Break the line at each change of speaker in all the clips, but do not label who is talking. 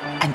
an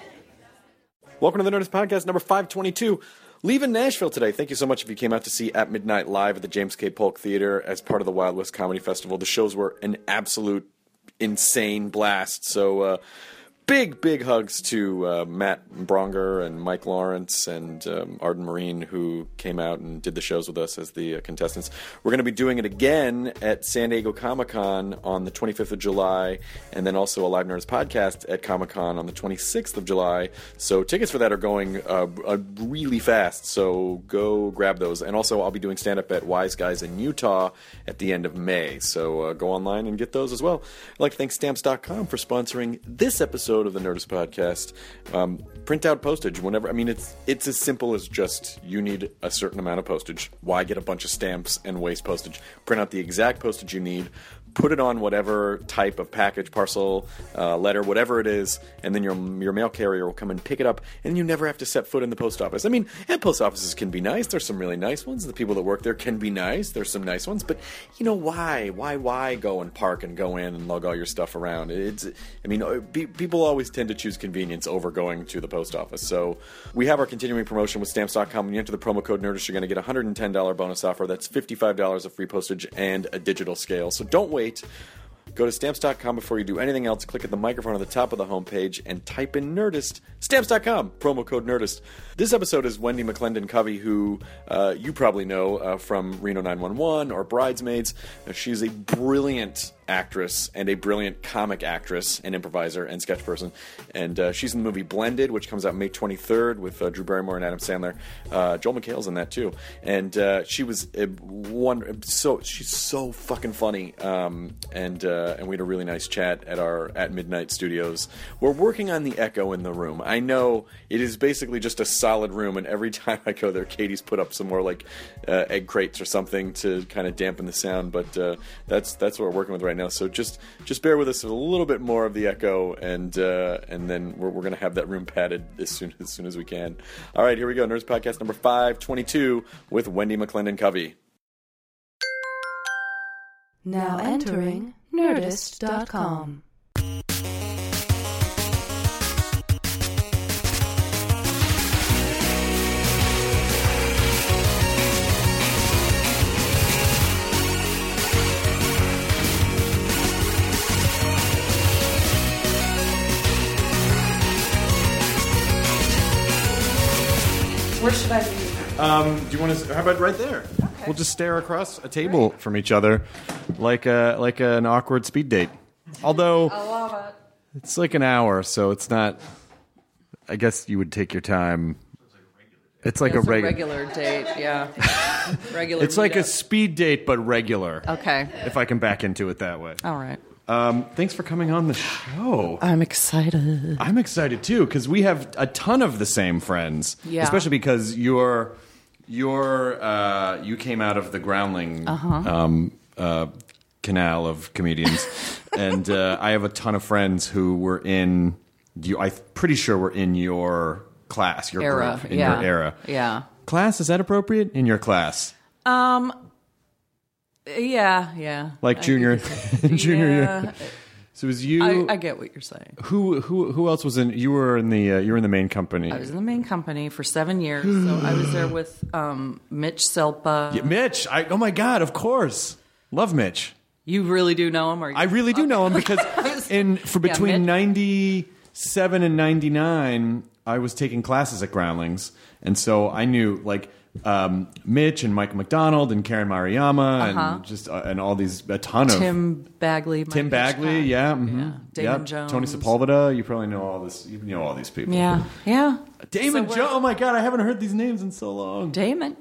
Welcome to the Nerdist Podcast, number 522. Leaving Nashville today. Thank you so much if you came out to see At Midnight Live at the James K. Polk Theater as part of the Wild West Comedy Festival. The shows were an absolute insane blast. So, uh, big, big hugs to uh, Matt Bronger and Mike Lawrence and um, Arden Marine, who came out and did the shows with us as the uh, contestants. We're going to be doing it again at San Diego Comic Con on the 25th of July, and then also a Live Nerds podcast at Comic Con on the 26th of July. So tickets for that are going uh, uh, really fast. So go grab those. And also, I'll be doing stand up at Wise Guys in Utah at the end of May. So uh, go online and get those as well. I'd like to thank Stamps.com for sponsoring this episode episode of the Nerdist podcast. Um, print out postage whenever. I mean, it's it's as simple as just you need a certain amount of postage. Why get a bunch of stamps and waste postage? Print out the exact postage you need. Put it on whatever type of package, parcel, uh, letter, whatever it is, and then your your mail carrier will come and pick it up, and you never have to set foot in the post office. I mean, and post offices can be nice. There's some really nice ones. The people that work there can be nice. There's some nice ones, but you know why? Why? Why go and park and go in and lug all your stuff around? It's. I mean, be, people always tend to choose convenience over going to the post office. So we have our continuing promotion with stamps.com. When you enter the promo code Nerdish, you're going to get $110 bonus offer. That's $55 of free postage and a digital scale. So don't wait. Go to stamps.com before you do anything else. Click at the microphone at the top of the homepage and type in Nerdist. Stamps.com, promo code Nerdist. This episode is Wendy McClendon Covey, who uh, you probably know uh, from Reno 911 or Bridesmaids. Uh, she's a brilliant actress and a brilliant comic actress and improviser and sketch person. And uh, she's in the movie Blended, which comes out May 23rd with uh, Drew Barrymore and Adam Sandler. Uh, Joel McHale's in that too. And uh, she was a one so she's so fucking funny. Um, and uh, and we had a really nice chat at our at Midnight Studios. We're working on the echo in the room. I know it is basically just a solid room, and every time I go there, Katie's put up some more like uh, egg crates or something to kind of dampen the sound. But uh, that's that's what we're working with right now now. So just just bear with us with a little bit more of the echo, and uh, and then we're, we're gonna have that room padded as soon as soon as we can. All right, here we go. Nerds Podcast number five twenty two with Wendy McClendon Covey.
Now entering Nerdist.com.
Where should I be?
Um, do you want to? How about right there? We'll just stare across a table from each other, like a like an awkward speed date. Although
Love it.
it's like an hour, so it's not. I guess you would take your time. It's like a
It's a
regular.
regular date, yeah. regular.
It's like a
meetup.
speed date, but regular.
Okay.
If I can back into it that way.
All right.
Um, thanks for coming on the show.
I'm excited.
I'm excited too because we have a ton of the same friends,
Yeah.
especially because you're you're uh, you came out of the groundling
Uh-huh.
um, uh, canal of comedians, and uh, I have a ton of friends who were in you. I'm pretty sure were in your class, your
Era,
group, in
yeah.
your era.
Yeah.
Class is that appropriate in your class?
Um. Yeah, yeah.
Like junior, junior year.
yeah,
So it was you.
I, I get what you're saying.
Who who who else was in? You were in the uh, you were in the main company.
I was in the main company for seven years, so I was there with um, Mitch Selpa.
Yeah, Mitch, I, oh my God, of course, love Mitch.
You really do know him, or you?
I really do know him because in for
Yeah,
between
Mitch.
ninety seven and ninety nine, I was taking classes at Groundlings, and so I knew like um, Mitch and Mike McDonald and Karen Mariyama and just uh, and all these a ton of
Uh-huh. Tim Bagley.
Tim
Mike
Bagley,
Hitchcock.
yeah, mhm.
Damon
Yep.
Jones.
Tony Sepulveda. You probably know all this. You know all these people.
Yeah, yeah.
Damon Jones. Oh my God, I haven't heard these names in so long.
Damon,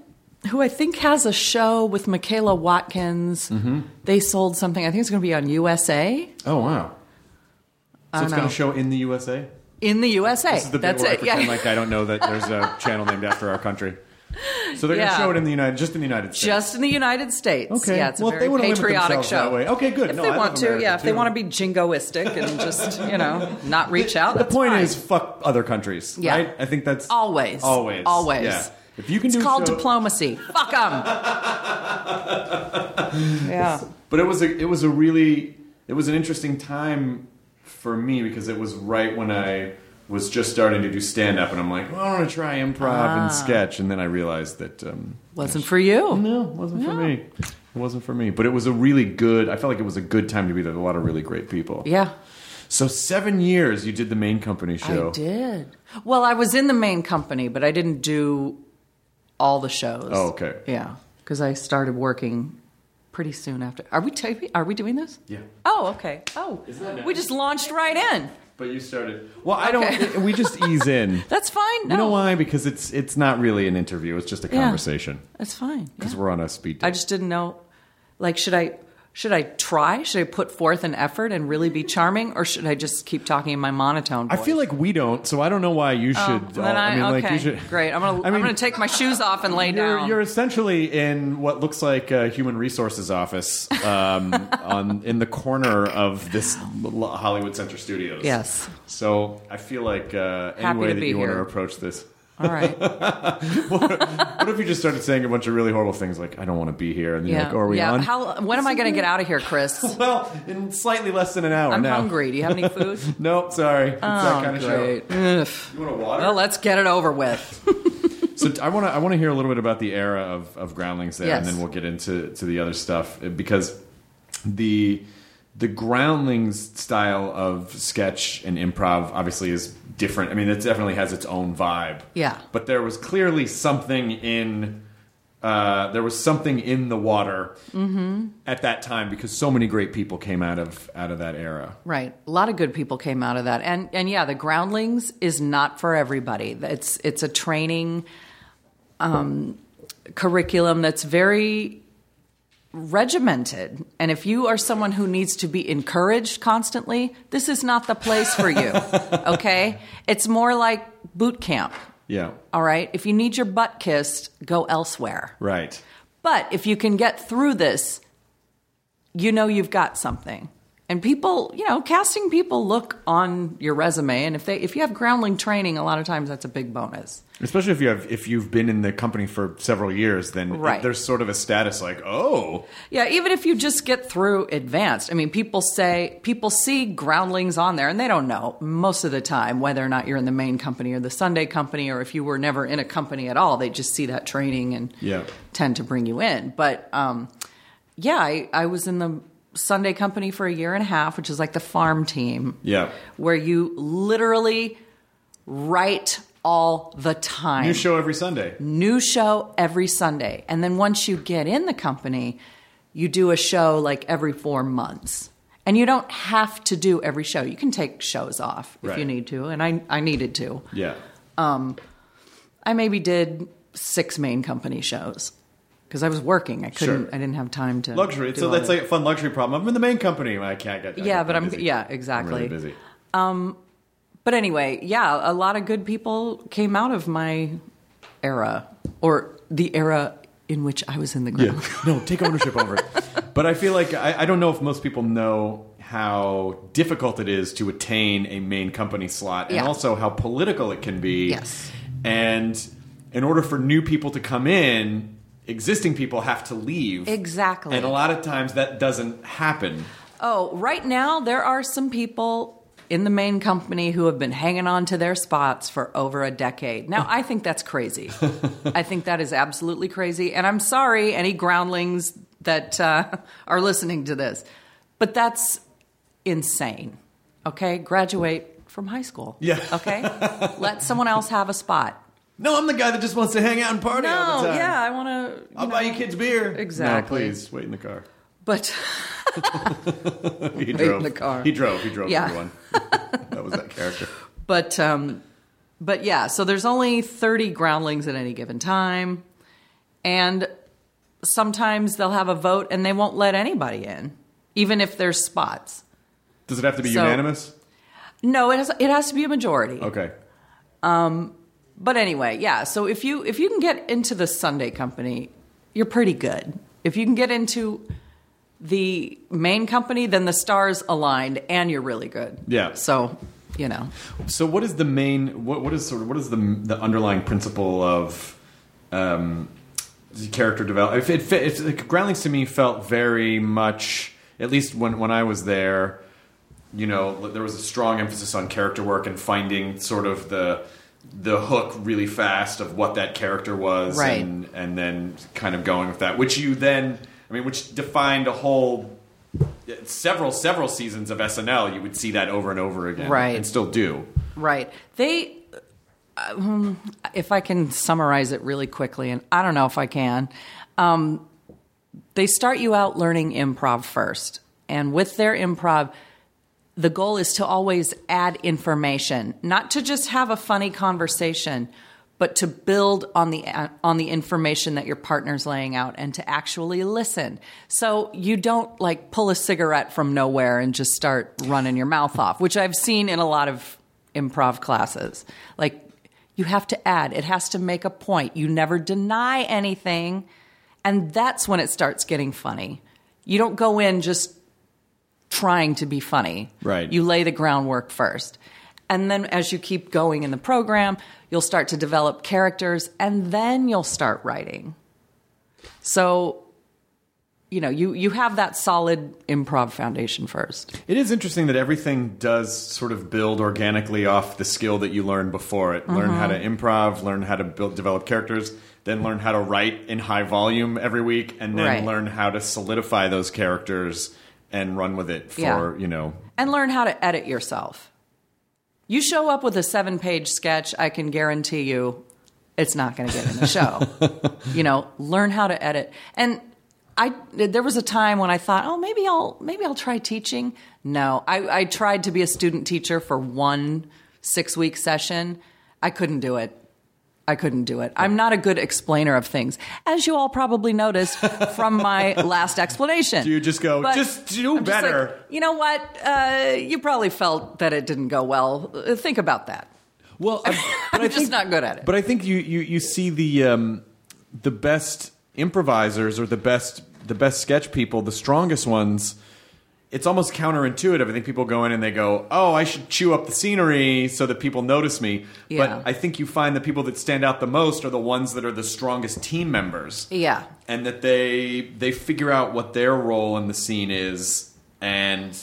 who I think has a show with Michaela Watkins.
Mm-hmm.
They sold something. I think it's going to be on USA
Oh wow. So it's
know.
going to show in the USA.
in the USA.
This is the bit
That's
where I
it.
pretend
yeah.
like I don't know that there's a channel named after our country. So they're
Yeah.
going to show it in the United, just in the United States.
just in the United States.
Okay.
Yeah, it's
Well,
a
if
very
they wanna limit
patriotic
themselves
show.
that way. Okay, good.
If
No,
they
I
want
love
to,
America,
yeah. If they
too.
want to be jingoistic and just you know not reach out.
The
that's
point
fine.
is, fuck other countries.
Yeah.
Right? I think that's
Always.
always,
Always.
Yeah. If you can
It's
do
called
show-
diplomacy. Fuck them. yeah.
But it was a it was a really it was an interesting time for me because it was right when I was just starting to do stand up and I'm like, well, I want to try improv and sketch and then I realized that um,
Wasn't for you.
no, it wasn't for me. It wasn't for me. But it was a really good I felt like it was a good time to be there. A lot of really great people.
Yeah.
So seven years you did the main company show.
I did. Well, I was in the main company, but I didn't do all the shows.
Oh, okay.
Yeah, because I started working pretty soon after. Are we taping? Are we doing this?
Yeah.
Oh, okay. Oh, we just launched right in.
But you started Well, I don't
Okay.
we just ease in.
That's fine. No,
You know why? Because it's it's not really an interview, it's just a
Yeah.
conversation.
That's fine.
Because
yeah.
we're on a speed date.
I just didn't know. Like, should I? Should I try? Should I put forth an effort and really be charming, or should I just keep talking in my monotone?
I
voice?
feel like we don't, so I don't know why you should.
Oh, Then
all-
I,
mean,
okay,
like you should.
great. I'm gonna. I
I mean,
am gonna take my shoes off and lay
You're,
down.
you're essentially in what looks like a human resources office um, on in the corner of this l- Hollywood Center Studios.
Yes.
So I feel like uh, any
Happy
way
to
that
be
you want to
here.
approach this.
All right.
What if you just started saying a bunch of really horrible things like "I don't want to be here" and then you're like, "Are we
yeah.
on?"
How, when am I going to get out of here, Chris?
well, in slightly less than an hour
I'm
now.
hungry. Do you have any food?
Nope, sorry. It's that kind of
Great.
show.
Ugh.
You want a water?
Well, let's get it over with.
So I want to I want to hear a little bit about the era of, of groundlings there, and
Yes.
then we'll get into to the other stuff uh, because the the groundlings style of sketch and improv obviously is different. I mean, it definitely has its own vibe.
Yeah.
But there was clearly something in uh, there was something in the water
Mm-hmm.
at that time because so many great people came out of out of that era.
Right. A lot of good people came out of that. And and yeah, the groundlings is not for everybody. It's it's a training um, curriculum that's very regimented. And if you are someone who needs to be encouraged constantly, this is not the place for you. Okay? It's more like boot camp.
Yeah.
All right. If you need your butt kissed, go elsewhere.
Right.
But if you can get through this, you know you've got something. And people, you know, casting people look on your resume, and if they if you have groundling training, a lot of times that's a big bonus.
Especially if you have if you've been in the company for several years, then it-
Right.
there's sort of a status like, oh,
Yeah, even if you just get through advanced. I mean, people say people see groundlings on there and they don't know most of the time whether or not you're in the main company or the Sunday company or if you were never in a company at all. They just see that training and
Yeah.
tend to bring you in. But um, yeah, I, I was in the Sunday company for a year and a half, which is like the farm team.
Yeah.
Where you literally write all the time
new show every Sunday.
new show every Sunday. And then once you get in the company, you do a show like every four months. And you don't have to do every show. You can take shows off if you
Right.
need to. And I, I needed to.
Yeah.
I maybe did six main company shows because I was working. I couldn't,
Sure.
I didn't have time to.
Luxury.
do
So
all
that's
that.
like a fun luxury problem. I'm in the main company. I can't get. I
Yeah,
get
but I'm-
busy.
yeah,
I'm really
exactly.
busy.
But anyway, yeah, a lot of good people came out of my era or the era in which I was in the group.
Yeah. no, take ownership over it. But I feel like I, I don't know if most people know how difficult it is to attain a main company slot and
Yeah.
also how political it can be.
Yes.
And in order for new people to come in, existing people have to leave.
Exactly.
And a lot of times that doesn't happen.
Oh, right now there are some people in the main company who have been hanging on to their spots for over a decade. Now, I think that's crazy. I think that is absolutely crazy. And I'm sorry, any groundlings that uh, are listening to this, but that's insane. Okay, graduate from high school.
Yeah.
Okay? Let someone else have a spot.
No, I'm the guy that just wants to hang out and party all the
No,
time.
yeah, I want to.
I'll buy you kids beer.
Exactly.
No, please wait in the car.
But
He
in
drove
the car.
He drove. He drove
Yeah.
everyone. that was that character.
but um, but yeah, so there's only 30 groundlings at any given time, and sometimes they'll have a vote and they won't let anybody in, even if there's spots.
Does it have to be
So-
unanimous?
No, it has it has to be a majority.
Okay.
But anyway, yeah. So if you if you can get into the Sunday company, you're pretty good. If you can get into the main company, then the stars aligned and you're really good.
Yeah.
So, you know.
So what is the main? What what is sort of what is the the underlying principle of um, the character development? If it, fit- if like, Groundlings to me felt very much, at least when when I was there, you know, there was a strong emphasis on character work and finding sort of the the hook really fast of what that character was,
Right.
and and then kind of going with that, which you then, I mean, which defined a whole several several seasons of SNL. You would see that over and over again,
Right.
and still do.
Right. They, um, if I can summarize it really quickly, and I don't know if I can, um, they start you out learning improv first. And with their improv, the goal is to always add information, not to just have a funny conversation, but to build on the on the information that your partner's laying out and to actually listen. So you don't like pull a cigarette from nowhere and just start running your mouth off, which I've seen in a lot of improv classes. Like you have to add, it has to make a point. You never deny anything, and that's when it starts getting funny. You don't go in just trying to be funny.
Right.
You lay the groundwork first. And then as you keep going in the program, you'll start to develop characters and then you'll start writing. So, you know, you, you have that solid improv foundation first.
It is interesting that everything does sort of build organically off the skill that you learn before it. Learn how to
Mm-hmm.
improv, learn how to build, develop characters, then learn how to write in high volume every week, and then
Right.
learn how to solidify those characters and run with it for
Yeah.
you know.
And learn how to edit yourself. You show up with a seven page sketch, I can guarantee you it's not going to get in the show. you know, learn how to edit. And I there was a time when I thought, oh, maybe I'll maybe I'll try teaching. No, I, I tried to be a student teacher for one six week session. I couldn't do it. I couldn't do it. I'm not a good explainer of things, as you all probably noticed from my last explanation.
You just go,
But
just do
I'm just like,
better.
you know what? Uh, you probably felt that it didn't go well. Uh, Think about that.
Well, I, but
I'm just not good at it.
But I think you you you see the um, the best improvisers or the best the best sketch people, the strongest ones. It's almost counterintuitive. I think people go in and they go, "Oh, I should chew up the scenery so that people notice me."
Yeah.
But I think you find the people that stand out the most are the ones that are the strongest team members
Yeah.
and that they they figure out what their role in the scene is and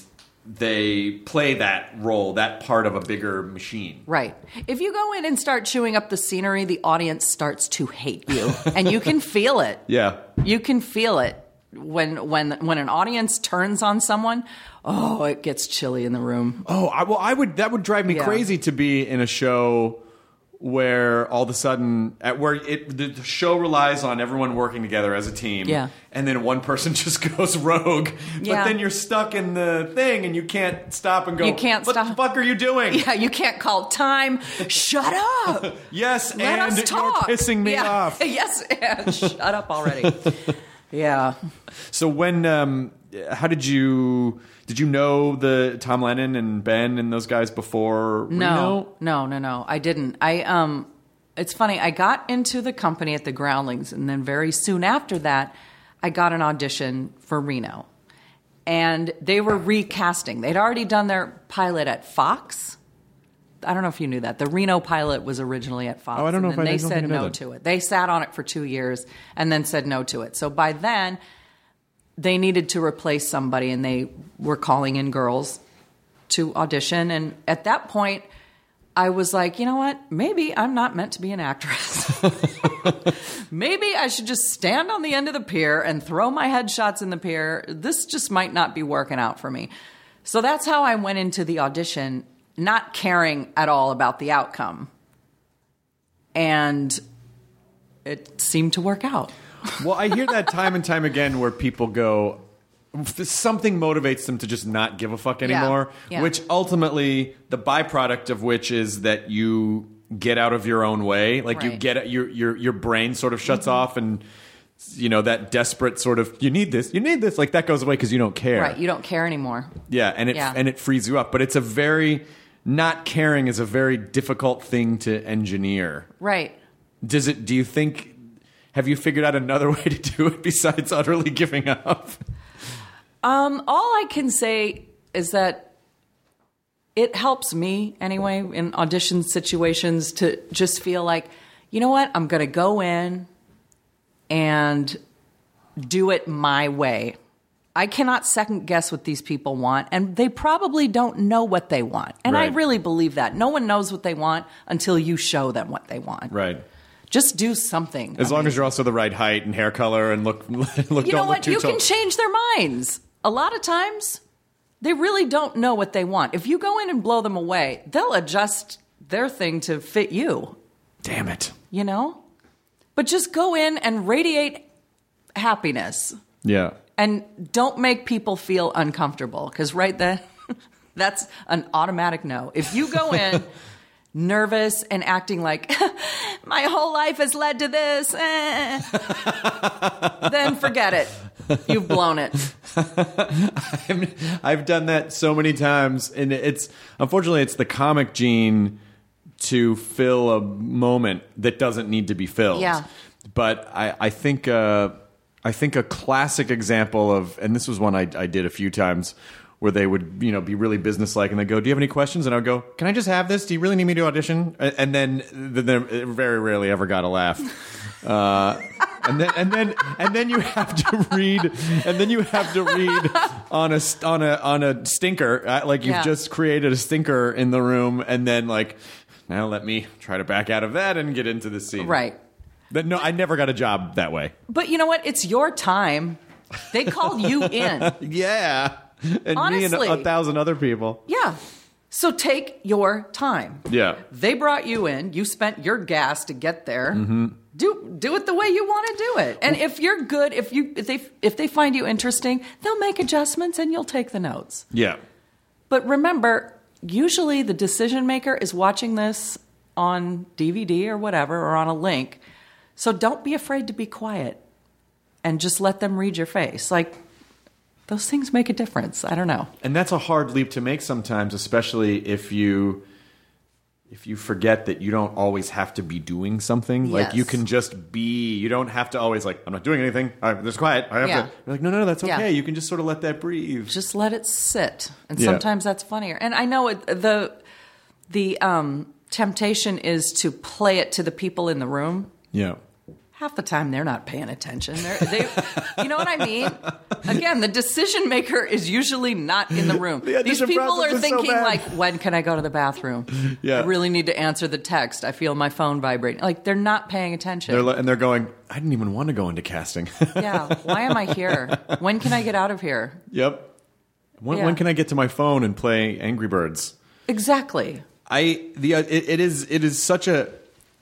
they play that role that part of a bigger machine
Right. If you go in and start chewing up the scenery, the audience starts to hate you, and you can feel it.
yeah
You can feel it when when when an audience turns on someone. Oh, it gets chilly in the room.
oh I, well i would that would drive me
Yeah.
crazy to be in a show where all of a sudden at where it the the show relies on everyone working together as a team
Yeah.
and then one person just goes rogue but
Yeah.
then you're stuck in the thing and you can't stop and go
You can't
what the
stop."
fuck are you doing
Yeah, you can't call time. Shut up.
yes
Let
and
us talk.
you're pissing me
Yeah.
off
yes, and shut up already. yeah.
So when um, how did you did you know the Tom Lennon and Ben and those guys before?
No, no, no, no. I didn't. I um, it's funny. I got into the company at the Groundlings, and then very soon after that, I got an audition for Reno, and they were recasting. They'd already done their pilot at Fox. I don't know if you knew that the Reno pilot was originally at Fox.
Oh, I don't know
and
if
then
I- I
they
don't
said
think I know
no
that.
to it. They sat on it for two years and then said no to it. So by then, they needed to replace somebody, and they were calling in girls to audition. And at that point, I was like, you know what? Maybe I'm not meant to be an actress. Maybe I should just stand on the end of the pier and throw my headshots in the pier. This just might not be working out for me. So that's how I went into the audition. not caring at all about the outcome. And it seemed to work out.
Well, I hear that time and time again where people go, something motivates them to just not give a fuck anymore,
Yeah.
which ultimately the byproduct of which is that you get out of your own way. Like you
Right. Mm-hmm.
get your your your brain sort of shuts off and you know that desperate sort of you need this, you need this, like that goes away because you don't care.
Right. You don't care anymore.
yeah, and it
Yeah.
and it frees you up, but it's a very not caring is a very difficult thing to engineer.
Right.
Does it? Do you think? Have you figured out another way to do it besides utterly giving up?
Um, all I can say is that it helps me anyway in audition situations to just feel like, you know what, I'm going to go in and do it my way. I cannot second guess what these people want, and they probably don't know what they want. And I
Right.
really believe that. No one knows what they want until you show them what they want.
Right.
Just do something.
As long as you're also the right height and hair color and look, look don't
you know
look
what?
too
You
tall.
can change their minds. A lot of times, they really don't know what they want. If you go in and blow them away, they'll adjust their thing to fit you,
Damn it.
you know? But just go in and radiate happiness
Yeah.
and don't make people feel uncomfortable because right then, that's an automatic no. If you go in nervous and acting like my whole life has led to this, eh," then forget it. You've blown it.
I've, I've done that so many times, and it's unfortunately it's the comic gene to fill a moment that doesn't need to be filled.
Yeah.
But I, I think uh, I think a classic example of, and this was one I, I did a few times. Where they would, you know, be really businesslike, and they go, "Do you have any questions?" And I would go, "Can I just have this? Do you really need me to audition?" A- And then, then it very rarely ever got a laugh. Uh, and then and then and then you have to read and then you have to read on a st- on a on a stinker uh, like you've
Yeah.
just created a stinker in the room and then like now let me try to back out of that and get into the scene
Right.
but no i never got a job that way
But you know what? It's your time. They called you in.
yeah and me
Honestly.
and a, a thousand other people
Yeah. So take your time.
yeah
They brought you in. You spent your gas to get there. Do do it the way you want to do it. And if you're good, if you if they if they find you interesting, they'll make adjustments and you'll take the notes.
yeah
But remember, usually the decision maker is watching this on DVD or whatever or on a link. So don't be afraid to be quiet and just let them read your face. Like those things make a difference. I don't know.
and that's a hard leap to make sometimes especially if you if you forget that you don't always have to be doing something like
Yes.
you can just be you don't have to always like i'm not doing anything i'm just quiet i have
Yeah.
to you're like no no no that's okay
Yeah.
you can just sort of let that breathe
just let it sit and
Yeah.
sometimes that's funnier and i know it, the the um temptation is to play it to the people in the room
yeah
half the time they're not paying attention they're, they you know what i mean again the decision maker is usually not in the room
The
these
audition
people
process
are
is so
thinking
bad.
like when can i go to the bathroom
Yeah.
i really need to answer the text i feel my phone vibrating like they're not paying attention
they're, le- and they're going i didn't even want to go into casting
yeah why am i here when can i get out of here
yep when,
Yeah.
when can i get to my phone and play angry birds
exactly
I the uh, it, it is it is such a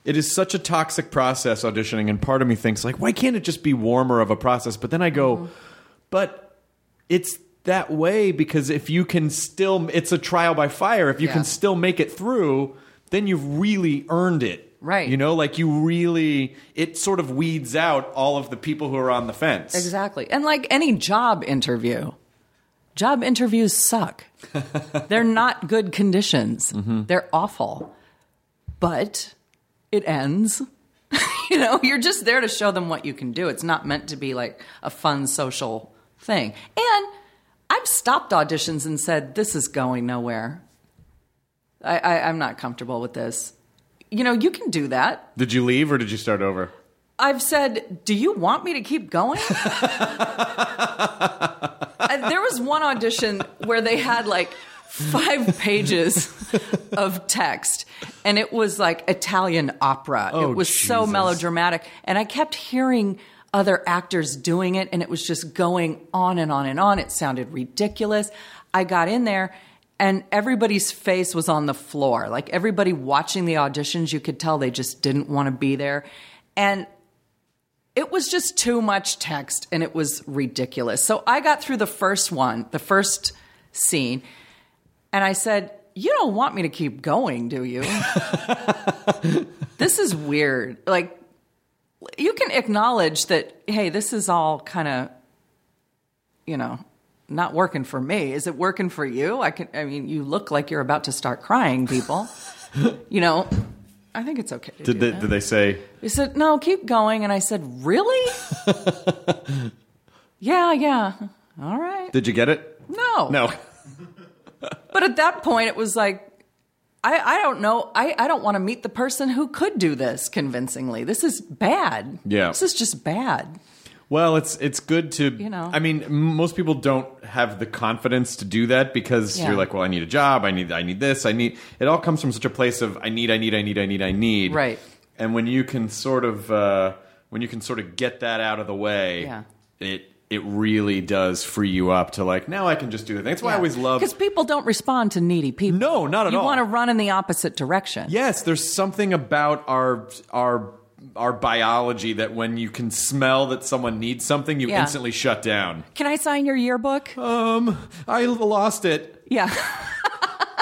it is such a toxic process auditioning, and part of me thinks like, why can't it just be warmer of a process? But then I go,
Mm-hmm.
but it's that way because if you can still, it's a trial by fire. If you
Yeah.
can still make it through, then you've really earned it.
Right.
You know, like you really, it sort of weeds out all of the people who are on the fence.
Exactly. And like any job interview, job interviews suck. They're not good conditions, they're awful. But it ends. you know, you're just there to show them what you can do. It's not meant to be like a fun social thing. And I've stopped auditions and said, this is going nowhere. I, I, I'm not comfortable with this. You know, you can do that.
Did you leave or did you start over?
I've said, "Do you want me to keep going?" And there was one audition where they had like five pages of text, and it was like Italian opera.
Oh,
it was so
Jesus.
melodramatic, and I kept hearing other actors doing it, and it was just going on and on and on. It sounded ridiculous. I got in there, and everybody's face was on the floor. Like everybody watching the auditions, you could tell they just didn't want to be there. And it was just too much text and it was ridiculous. So I got through the first one, the first scene, and I said, You don't want me to keep going, do you? this is weird. Like, you can acknowledge that, hey, this is all kind of, you know, not working for me. Is it working for you? I can, I mean, you look like you're about to start crying, people. you know, I think it's okay. To do
Did they, did they say
he said, No, keep going. And I said, Really? yeah, yeah. All right.
Did you get it?
No.
No.
But at that point, it was like, I, I don't know. I, I don't want to meet the person who could do this convincingly. This is bad.
Yeah.
This is just bad.
Well, it's it's good to
You know.
I mean, m- most people don't have the confidence to do that because
Yeah.
you're like, well, I need a job. I need I need this. I need. It all comes from such a place of I need, I need, I need, I need, I need.
Right.
And when you can sort of uh, when you can sort of get that out of the way,
Yeah.
it it really does free you up to like now I can just do the thing. That's why I always love
Because people don't respond to needy people.
No, not at
you
all.
You want to run in the opposite direction.
Yes, there's something about our our our biology that when you can smell that someone needs something, you
Yeah.
instantly shut down.
Can I sign your yearbook?
Um, I lost it.
yeah.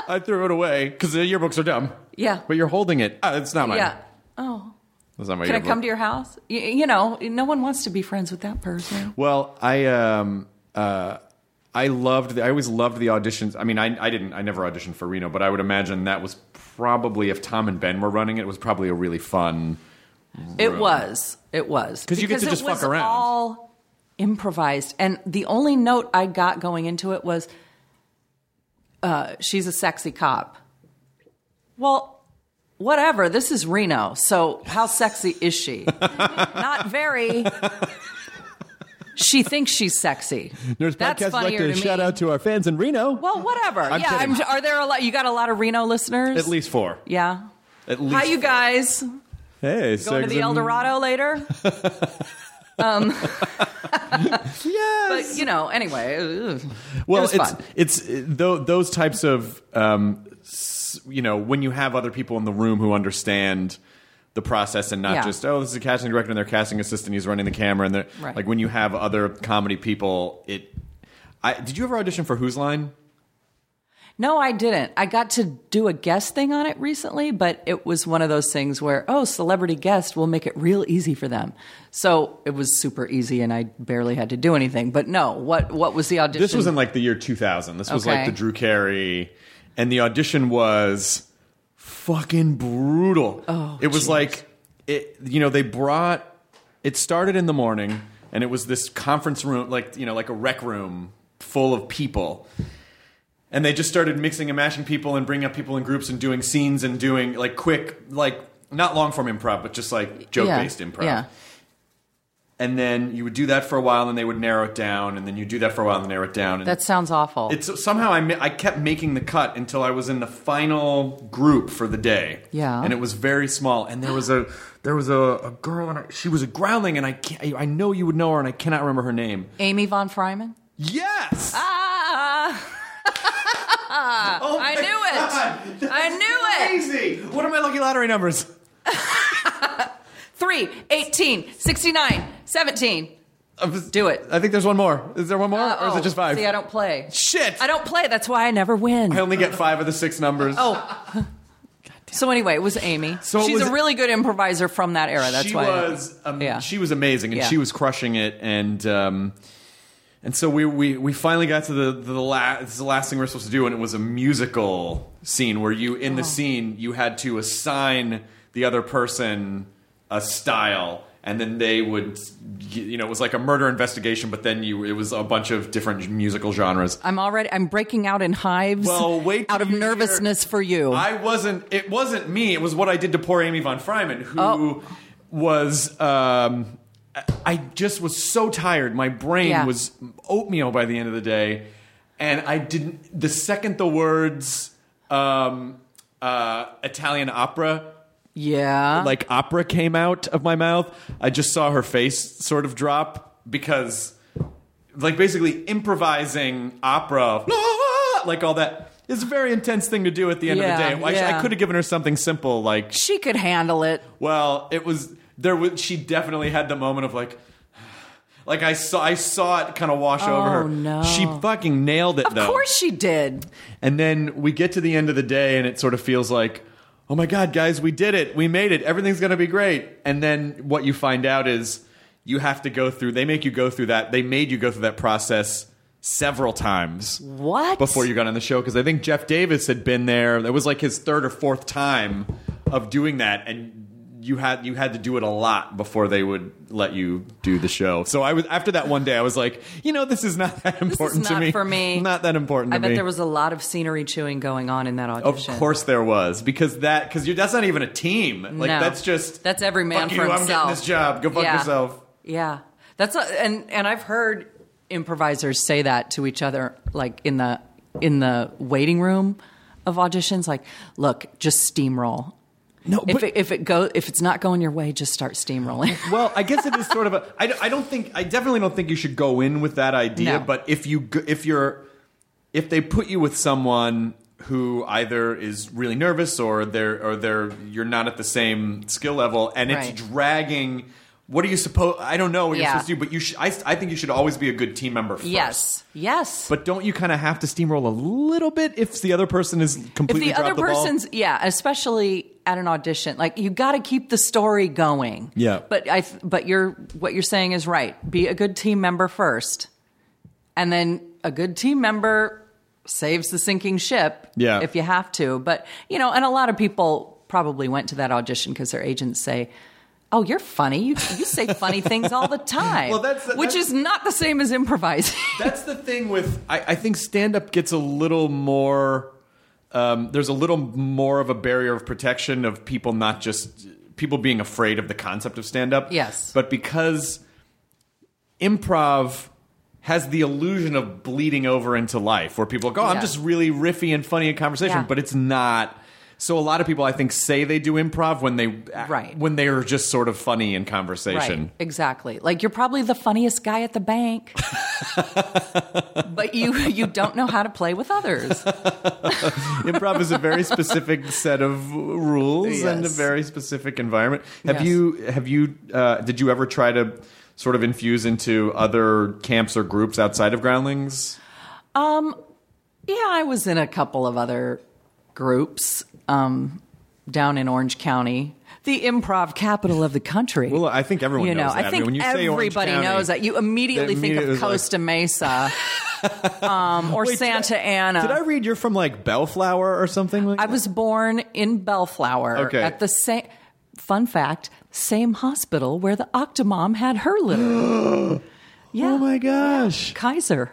I threw it away because the yearbooks are dumb.
Yeah.
but you're holding it. Ah, it's not mine.
yeah. Oh.
it's not my
Can I
yearbook.
come to your house? You, you know, no one wants to be friends with that person.
Well, I um uh I loved the, I always loved the auditions. I mean, I I didn't I never auditioned for Reno, but I would imagine that was probably if Tom and Ben were running it, it was probably a really fun.
It was. It was.
'Cause you get to
it
just fuck
was
around.
All improvised, and the only note I got going into it was, uh, "She's a sexy cop." Well, whatever. This is Reno, so how sexy is she? Not very. She thinks she's sexy. That's funnier to me.
to our fans in Reno.
Well, whatever.
I'm
yeah,
kidding.
are there a lot? You got a lot of Reno listeners?
At least four.
Yeah.
At least.
Hi, you guys.
Hey,
Going to the El Dorado later.
Yes.
But you know, anyway, ugh.
well,
it was
it's
fun.
it's tho- those types of um, s- you know when you have other people in the room who understand the process and not
Yeah.
just oh this is a casting director and their casting assistant he's running the camera and they're
Right.
like when you have other comedy people it. I, did you ever audition for Whose Line?
No, I didn't. I got to do a guest thing on it recently, but it was one of those things where oh, celebrity guest will make it real easy for them. So it was super easy, and I barely had to do anything. But no, what what was the audition?
This was in like the year 2000. This was like
Okay.
the Drew Carey, and the audition was fucking brutal. Oh, it was like it. You know, they brought. It started in the morning, and it was this conference room, like you know, like a rec room full of people. And they just started mixing and mashing people and bringing up people in groups and doing scenes and doing like quick, like not long form improv, but just like joke based
yeah,
improv
Yeah,
and then you would do that for a while, and they would narrow it down, and then you do that for a while and narrow it down. And
that sounds awful.
it's somehow I ma- I kept making the cut until I was in the final group for the day.
Yeah.
and it was very small, and there was a there was a, a girl, and I, she was a groundling, and I can't, I I know you would know her, and I cannot remember her name.
Amy von Fryman.
Yes,
Ah,
oh
I
my
knew it.
God.
I knew it.
Crazy. What are my lucky lottery numbers?
3, 18, 69, 17.
I was-
Do it.
I think there's one more. Is there one more, or is
Uh-oh.
it just five?
Oh, See, I don't play.
Shit.
I don't play. That's why I never win.
I only get five of the six numbers.
Oh. So anyway, it was Amy.
So it
She's
was-
a really good improviser from that era. That's
she
why
was um,
Yeah.
she was amazing and
Yeah.
she was crushing it and um, and so we, we we finally got to the the last this is the last thing we we're supposed to do and it was a musical scene where you in
Oh.
the scene you had to assign the other person a style and then they would you know it was like a murder investigation but then you it was a bunch of different musical genres
I'm already I'm breaking out in hives.
well, wait. till
out of
you hear-
nervousness for you.
I wasn't. It wasn't me. It was what I did to poor Amy von Fryman, who
Oh.
was. Um, I- I just was so tired. My brain
Yeah.
was oatmeal by the end of the day, and I didn't. The second the words um, uh, Italian opera,
yeah.
like opera, came out of my mouth, I just saw her face sort of drop because, like, basically improvising opera, like all that. It's a very intense thing to do at the end
Yeah,
of the day. I,
yeah.
I could have given her something simple like,
She could handle it.
well, it was there. Was she definitely had the moment of like, like I saw I saw it kind of wash over her.
Oh, no.
She fucking nailed it
Of
though.
course she did.
And then we get to the end of the day, and it sort of feels like, oh my God, guys, we did it. We made it. Everything's going to be great. And then what you find out is you have to go through, they make you go through that. They made you go through that process several times
What?
before you got on the show because I think Jeff Davis had been there. That was like his third or fourth time of doing that, and you had you had to do it a lot before they would let you do the show. So I was after that one day, I was like, you know, this is not that
is
important to
not
me.
for me.
not that important.
I
to
bet
me.
there was a lot of scenery chewing going on in that
Of
audition.
course there was because that because that's not even a team. Like
No.
that's just
That's every
fuck
man for
you, I'm
himself.
getting this job. Go fuck
Yeah.
yourself.
Yeah, that's a, and and I've heard improvisers say that to each other, like in the in the waiting room of auditions. Like, look, just steamroll.
No,
If it, if it go if it's not going your way, just start steamrolling.
well, I guess it is sort of a. I, I don't think I definitely don't think you should go in with that idea.
No.
But if you g- if you're if they put you with someone who either is really nervous or they're or they're you're not at the same skill level and it's
Right.
dragging. What are you supposed? I don't know what
Yeah.
you're supposed to do, but you should. I, I think you should always be a good team member. First.
yes, yes.
But don't you kind of have to steamroll a little bit if the other person is
if
completely
the other
dropped the ball?
person's yeah, especially at an audition, like you got to keep the story going.
Yeah.
But I th- but you're what you're saying is right. Be a good team member first, and then a good team member saves the sinking ship.
Yeah.
If you have to, but you know, and a lot of people probably went to that audition because their agents say. Oh, you're funny. You, you say funny things all the time.
Well, that's-
which
that's-
is not the same as improvising.
That's the thing with I, I think stand up gets a little more. Um, there's a little more of a barrier of protection of people not just people being afraid of the concept of stand up.
Yes.
but because improv has the illusion of bleeding over into life where people go, oh, I'm
Yeah.
just really riffy and funny in conversation,
Yeah.
but it's not. So a lot of people, I think, say they do improv when they
Right.
when they are just sort of funny in conversation.
Right, exactly. Like you're probably the funniest guy at the bank, but you you don't know how to play with others.
improv is a very specific set of rules and a
Yes.
very specific environment. Have
Yes.
you have you uh, did you ever try to sort of infuse into other camps or groups outside of groundlings?
Yeah, I was in a couple of other groups um, down in Orange County, the improv capital of the country.
Well, I think everyone
you know,
knows that.
I think
mean, when you say Orange
everybody
County-
knows that. You immediately
That
think
immediately
of
was like-
Costa Mesa um, or
Wait, did I-
Santa Ana.
Did I read you're from like Bellflower or something like
I was born in Bellflower
Okay.
at the same fun fact, same hospital where the Octomom had her litter. yeah.
Oh my gosh.
Kaiser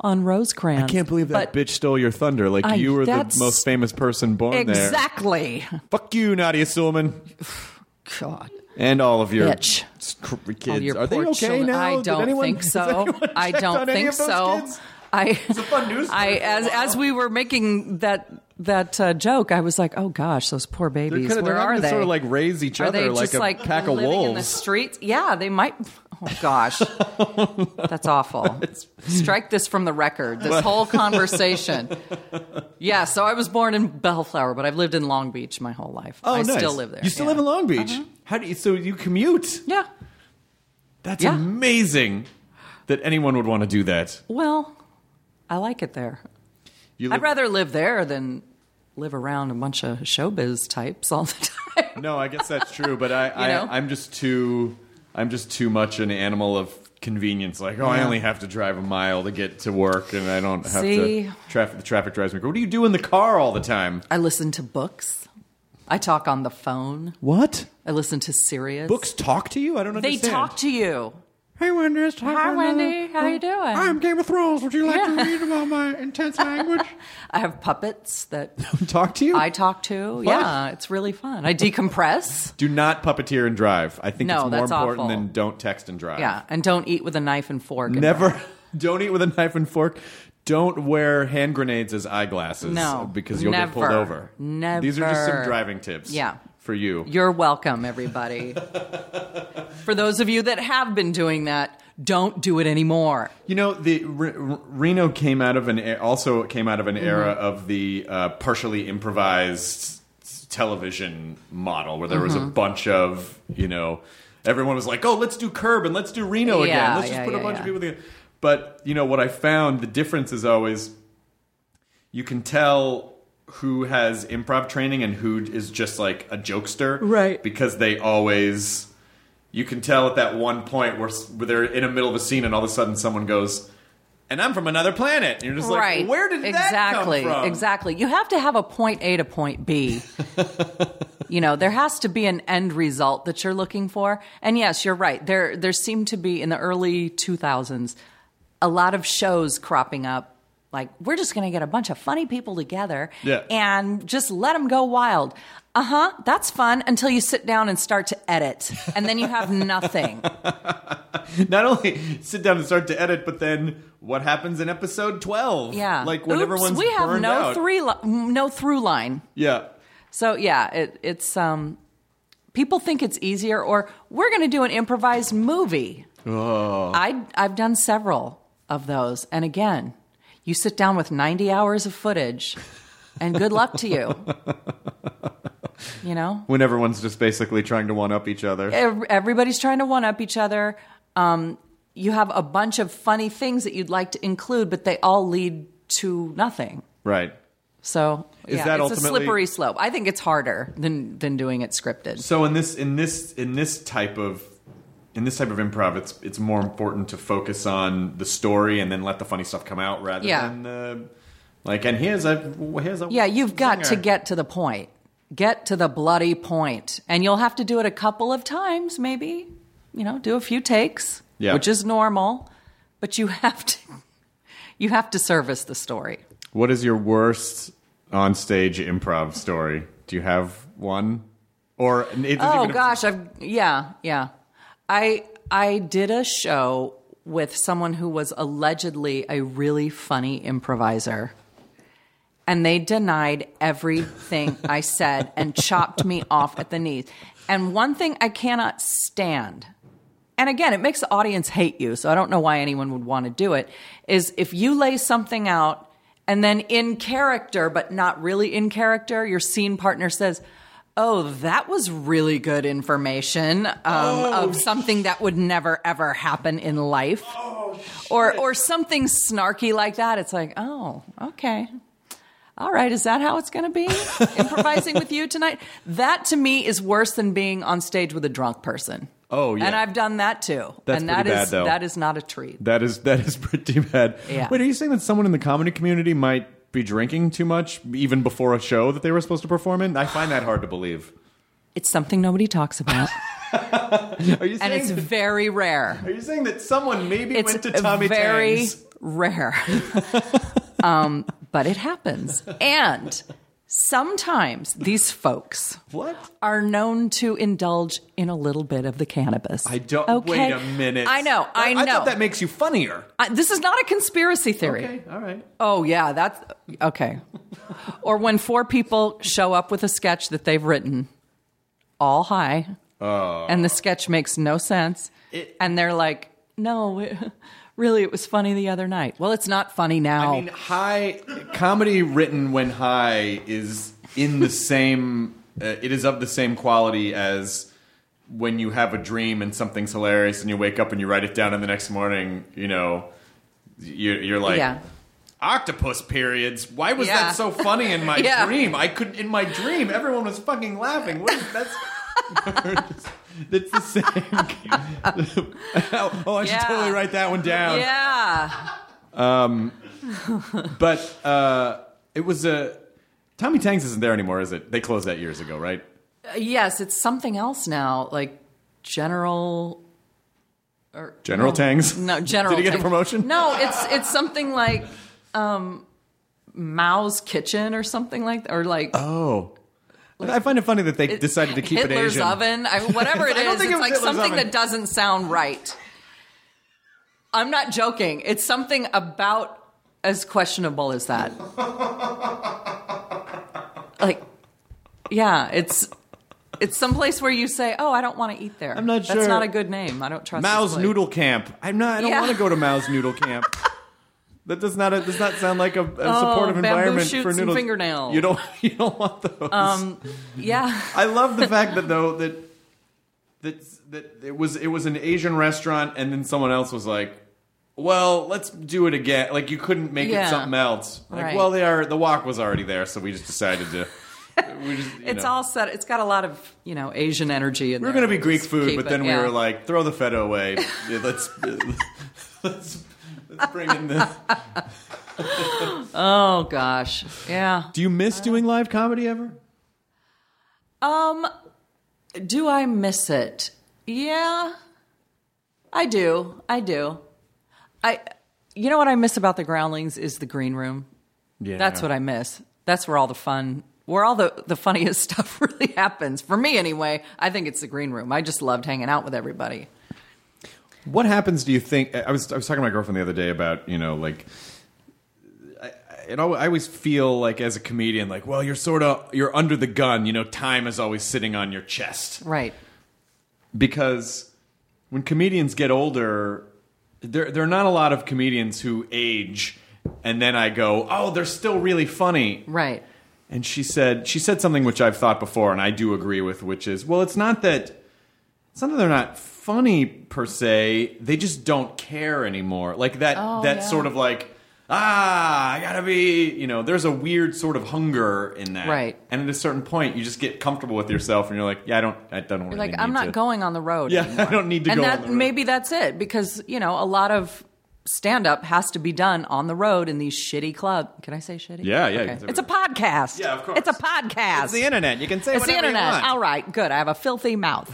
on Rosecrans.
I can't believe that bitch stole your thunder. Like
I-
you were the
that's-
most famous person born there.
Exactly.
Fuck you, Nadia Suleman,
God.
and all of your
Bitch.
s- cr- kids.
All your
Are they
poor
okay
children.
now?
I
Did
don't
anyone-
think
has
so.
anyone
I
checked
don't
on any
think
of those
so.
kids?
I,
a fun news
I
story for a
as
while.
as we were making that that uh, joke, I was like, "Oh gosh, those poor
They're,
babies.
kinda,
Where
they're
are
having
they?
to sort of like raise each
Are
other
they
like
just
a
like
pack of
living
wolves.
in the streets? Yeah, they might. Oh gosh, that's awful. Strike this from the record. This whole conversation. Yeah, so I was born in Bellflower, but I've lived in Long Beach my whole life.
Oh,
I
nice.
still live there.
You still
yeah. Mm-hmm.
live in Long Beach. How do you? So you commute?
Yeah.
That's
Yeah.
amazing. That anyone would want to do that.
Well, I like it there.
You
I'd rather live there than live around a bunch of showbiz types all the time.
No, I guess that's true. But I, I
know?
I'm just too, I'm just too much an animal of convenience. Like, oh, I only have to drive a mile to get to work, and I don't have
See?
to. Traffic. The traffic drives me. crazy. What do you do in the car all the time?
I listen to books. I talk on the phone.
What
I listen to Sirius.
books talk to you? I don't
They
understand.
talk to you.
Hey, Wendy. It's time
Hi,
for
Wendy.
another-
How you doing?
I'm Game of Thrones. Would you like to read about my intense language?
I have puppets that
talk to you?
I talk to. Yeah, it's really fun. I decompress.
Do not puppeteer and drive. I think
No,
it's more
that's
important
awful.
than don't text and drive.
Yeah, and don't eat with a knife and fork. and
Never.
knife.
Don't eat with a knife and fork. Don't wear hand grenades as eyeglasses.
No,
Because you'll get pulled
never,
over. These are just some
never.
driving tips.
Yeah.
For you.
You're welcome, everybody. For those of you that have been doing that, don't do it anymore.
You know, the Re- Re- Reno came out of an e- also came out of an era
Mm-hmm.
of the uh, partially improvised s- television model, where there was a
Mm-hmm.
bunch of you know, everyone was like, "Oh, let's do Curb and let's do Reno again.
Yeah,
Let's just
yeah,
put a
yeah,
bunch of
yeah.
people together." But you know what I found the difference is always you can tell who has improv training and who is just like a jokester,
Right.
Because they always you can tell at that one point where, s- where they're in the middle of a scene and all of a sudden someone goes, "And I'm from another planet." And you're just like,
right.
"Where did that come
exactly,
from?"
Exactly. You have to have a point A to point B. you know, there has to be an end result that you're looking for. And yes, you're right. There there seemed to be in the early 2000s a lot of shows cropping up like we're just going to get a bunch of funny people together
Yeah.
and just let them go wild. Uh-huh, that's fun until you sit down and start to edit. And then you have nothing.
Not only sit down and start to edit, but then what happens in episode twelve?
Yeah.
like when
Oops,
everyone's
we have
burned
no
out.
three li- no through line.
Yeah,
So yeah, it, it's um, people think it's easier, or we're going to do an improvised movie. I I've done several of those, and again, you sit down with ninety hours of footage, and good luck to you. you know,
when everyone's just basically trying to one up each other.
Ev- everybody's trying to one up each other. Um, you have a bunch of funny things that you'd like to include, but they all lead to nothing.
Right.
So
Is
yeah,
that
it's
ultimately-
a slippery slope. I think it's harder than than doing it scripted.
So in this in this in this type of in this type of improv, it's it's more important to focus on the story and then let the funny stuff come out rather
Yeah.
than the like. And here's a here's a
Yeah, you've got to
zinger.
get to the point. Get to the bloody point. And you'll have to do it a couple of times, maybe. You know, do a few takes,
Yeah.
which is normal, but you have to you have to service the story.
What is your worst on stage improv story? Do you have one? Or it doesn't
Oh
even-
gosh, I've yeah, yeah. I I did a show with someone who was allegedly a really funny improviser. And they denied everything I said and chopped me off at the knees. And one thing I cannot stand and again, it makes the audience hate you. So I don't know why anyone would want to do it. Is if you lay something out and then in character, but not really in character, your scene partner says, Oh, that was really good information um, of something that would never ever happen in life, or or something snarky like that. It's like, oh, okay, all right, is that how it's going to be? Improvising with you tonight? That to me is worse than being on stage with a drunk person.
Oh, yeah.
And I've done that too.
That's
and
pretty
that
bad,
is
though.
that is not a treat.
That is that is pretty bad.
Yeah.
Wait, are you saying that someone in the comedy community might be drinking too much even before a show that they were supposed to perform in? I find that hard to believe.
It's something nobody talks about,
Are you saying
and it's
that-
very rare.
Are you saying that someone maybe
It's
went to Tommy
very
Tang's?
rare, um, but it happens. And sometimes these folks
What?
are known to indulge in a little bit of the cannabis.
I don't. Wait
Okay?
a minute.
I know. I, know.
I thought that makes you funnier.
I- this is not a conspiracy theory.
Okay. All right.
Oh yeah, that's okay. or when four people show up with a sketch that they've written, all high,
Oh.
and the sketch makes no sense, and they're like, "No, it- really, it was funny the other night." Well, it's not funny now.
I mean, high comedy written when high is in the same. Uh, it is of the same quality as when you have a dream and something's hilarious and you wake up and you write it down and the next morning, you know, you're, you're like.
Yeah.
Octopus periods. Why was
Yeah.
that so funny in my
Yeah.
dream? I could in my dream everyone was fucking laughing. What is that's It's the same. oh, I
Yeah.
should totally write that one down
yeah,
but uh, it was a. Tommy Tangs isn't there anymore, is it? They closed that years ago, right?
yes, it's something else now, like general.
General Tangs.
No, general.
Did he get a
thing.
promotion?
No, it's it's something like um, Mao's Kitchen or something like, or like
Oh, I find it funny that they decided to keep
Hitler's
it Asian.
oven, I, whatever it
I
is.
don't
It's
think it was
like
Hitler's
something
oven.
that doesn't sound right. I'm not joking. It's something about as questionable as that. like, yeah, it's It's someplace where you say, "Oh, I don't want to eat there."
I'm not sure.
That's not a good name. I don't trust this
Mao's
place.
Noodle Camp. I'm not. I don't
Yeah.
want to go to Mao's Noodle Camp. That does not does not sound like a, a supportive
Oh, bamboo
environment
shoots
for
and
noodles.
fingernails.
You don't you don't want those.
Um, yeah.
I love the fact that though that that that it was it was an Asian restaurant and then someone else was like, "Well, let's do it again." Like you couldn't make it
Yeah.
something else. Like,
Right.
well, they are the walk was already there, so we just decided to. We just, you
It's
know.
all set. It's got a lot of you know Asian energy. In
We were
there.
going to be Greek
Just
food,
keep
but
it,
then we
yeah.
were like, throw the feta away. Yeah, let's, let's let's bring in the.
oh gosh, yeah.
Do you miss doing live comedy ever?
Um, do I miss it? Yeah, I do. I do. I. You know what I miss about the Groundlings is the green room.
Yeah,
That's what I miss. That's where all the fun, where all the, the funniest stuff really happens. For me, anyway, I think it's the green room. I just loved hanging out with everybody.
What happens? Do you think? I I was I was talking to my girlfriend the other day about you know like. I- I- It always, I always feel like as a comedian, like well, you're sort of you're under the gun. You know, time is always sitting on your chest
Right.
because when comedians get older, there there are not a lot of comedians who age, and then I go, oh, they're still really funny.
Right.
And she said she said something which I've thought before and I do agree with, which is well, it's not that it's not that they're not funny per se, they just don't care anymore. Like that that
Oh, yeah.
sort of like ah, I gotta be you know, there's a weird sort of hunger in that.
Right.
And at a certain point you just get comfortable with yourself and you're like, Yeah, I don't I don't really
You're like,
need
I'm not
to-
going on the road.
Yeah, I don't need to
and
go
that
on the road.
maybe that's it because you know a lot of stand up has to be done on the road in these shitty club. Can I say shitty?
Yeah, yeah,
Okay.
it's-
It's a podcast.
Yeah, of course.
It's a podcast.
It's the internet. You can say
It's the
whatever you
internet.
want.
All right, good. I have a filthy mouth.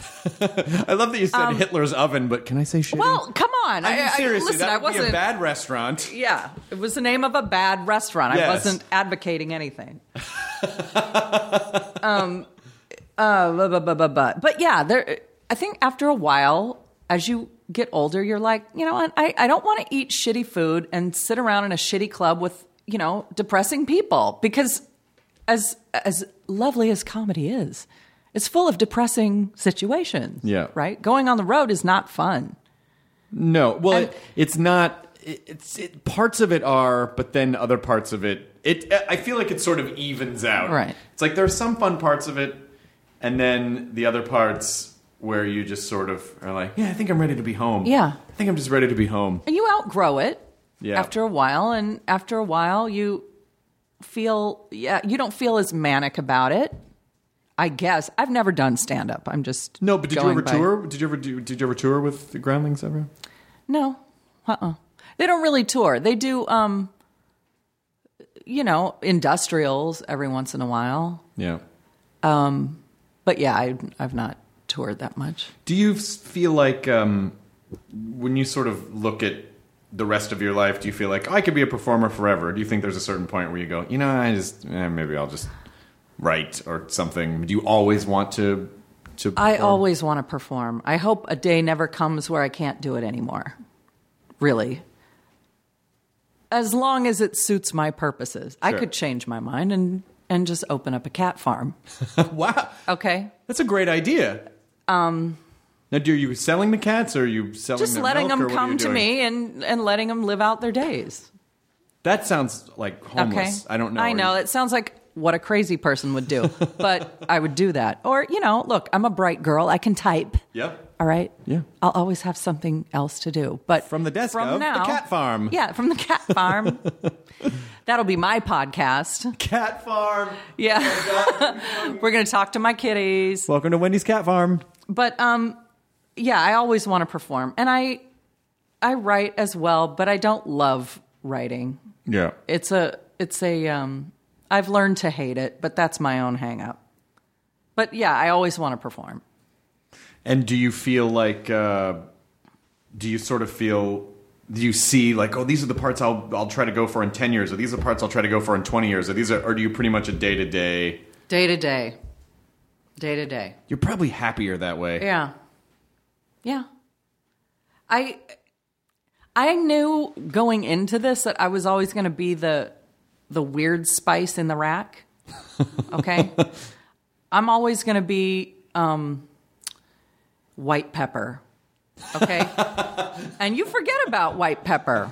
I love that you said Hitler's oven, but can I say shit?
Um, Well, come on.
I mean, seriously,
listen,
that
I
would be
wasn't
a bad restaurant.
Yeah, it was the name of a bad restaurant. I
Yes.
wasn't advocating anything. um, uh, bu- bu- bu- bu- bu- but yeah, there. I think after a while, as you get older, you're like, you know, what? I I don't want to eat shitty food and sit around in a shitty club with you know depressing people because as as lovely as comedy is, it's full of depressing situations.
Yeah.
right. Going on the road is not fun.
No, well,
And-
it, it's not. It, it's it, parts of it are, but then other parts of it. It. I feel like it sort of evens out.
Right.
It's like there are some fun parts of it, and then the other parts where you just sort of are like, yeah, I think I'm ready to be home.
Yeah.
I think I'm just ready to be home.
And you outgrow it
Yeah.
after a while. And after a while, you feel, yeah, you don't feel as manic about it. I guess. I've never done stand up. I'm just.
No, but did you
going
ever
by-
tour? Did you ever do? Did you ever tour with the Groundlings ever?
No. Uh uh They don't really tour. They do, um, you know, industrials every once in a while.
Yeah.
But yeah, I, I've not toured that much.
Do you s- feel like um, when you sort of look at the rest of your life, do you feel like "Oh, I could be a performer forever? Do you think there's a certain point where you go, you know, I just eh, maybe I'll just write or something? Do you always want to? To
I
perform?
always want to perform. I hope a day never comes where I can't do it anymore. Really. As long as it suits my purposes. I
Sure.
could change my mind and and just open up a cat farm.
wow,
Okay?
that's a great idea. Um, now, do you selling the cats or are you selling?
Just
their
letting
milk, or what
them
are you
come to
doing?
me and and letting them live out their days.
That sounds like homeless.
Okay.
I don't know. Are
I
you-
know. It sounds like what a crazy person would do, but I would do that. Or, you know, look, I'm a bright girl. I can type.
Yep.
All right.
Yeah.
I'll always have something else to do. But
From the desk of the cat farm.
Yeah, from the cat farm. That'll be my podcast.
Cat farm.
Yeah. We're going to talk to my kitties.
Welcome to Wendy's cat farm.
But um yeah, I always want to perform. And I I write as well, but I don't love writing.
Yeah.
It's a it's a um I've learned to hate it, but that's my own hang up. But yeah, I always want to perform.
And do you feel like, uh, do you sort of feel, do you see like, oh, these are the parts I'll I'll try to go for in ten years, or these are the parts I'll try to go for in twenty years, or these are, or do you pretty much a day to day?
Day to day. Day to day.
You're probably happier that way.
Yeah. Yeah. I I knew going into this that I was always going to be the the weird spice in the rack. Okay? I'm always going to be um, white pepper. Okay? and you forget about white pepper.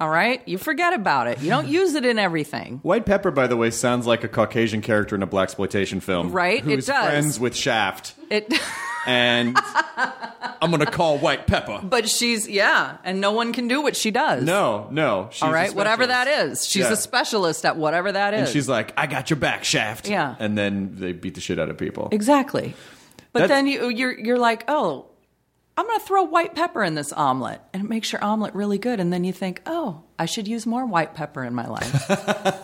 All right? You forget about it. You don't use it in everything.
White Pepper, by the way, sounds like a Caucasian character in a black exploitation film.
Right, it
who's
does.
friends with Shaft,
It
and I'm gonna call White Pepper.
but she's yeah, and no one can do what she does.
No, no. She's
All
a
right, whatever that
specialist.
is. She's
Yeah.
a specialist at whatever that is.
And she's like, I got your back, Shaft.
Yeah.
And then they beat the shit out of people.
Exactly. But
That's-
then you you're you're like, "Oh, I'm going to throw white pepper in this omelet." And it makes your omelet really good and then you think, "Oh, I should use more white pepper in my life."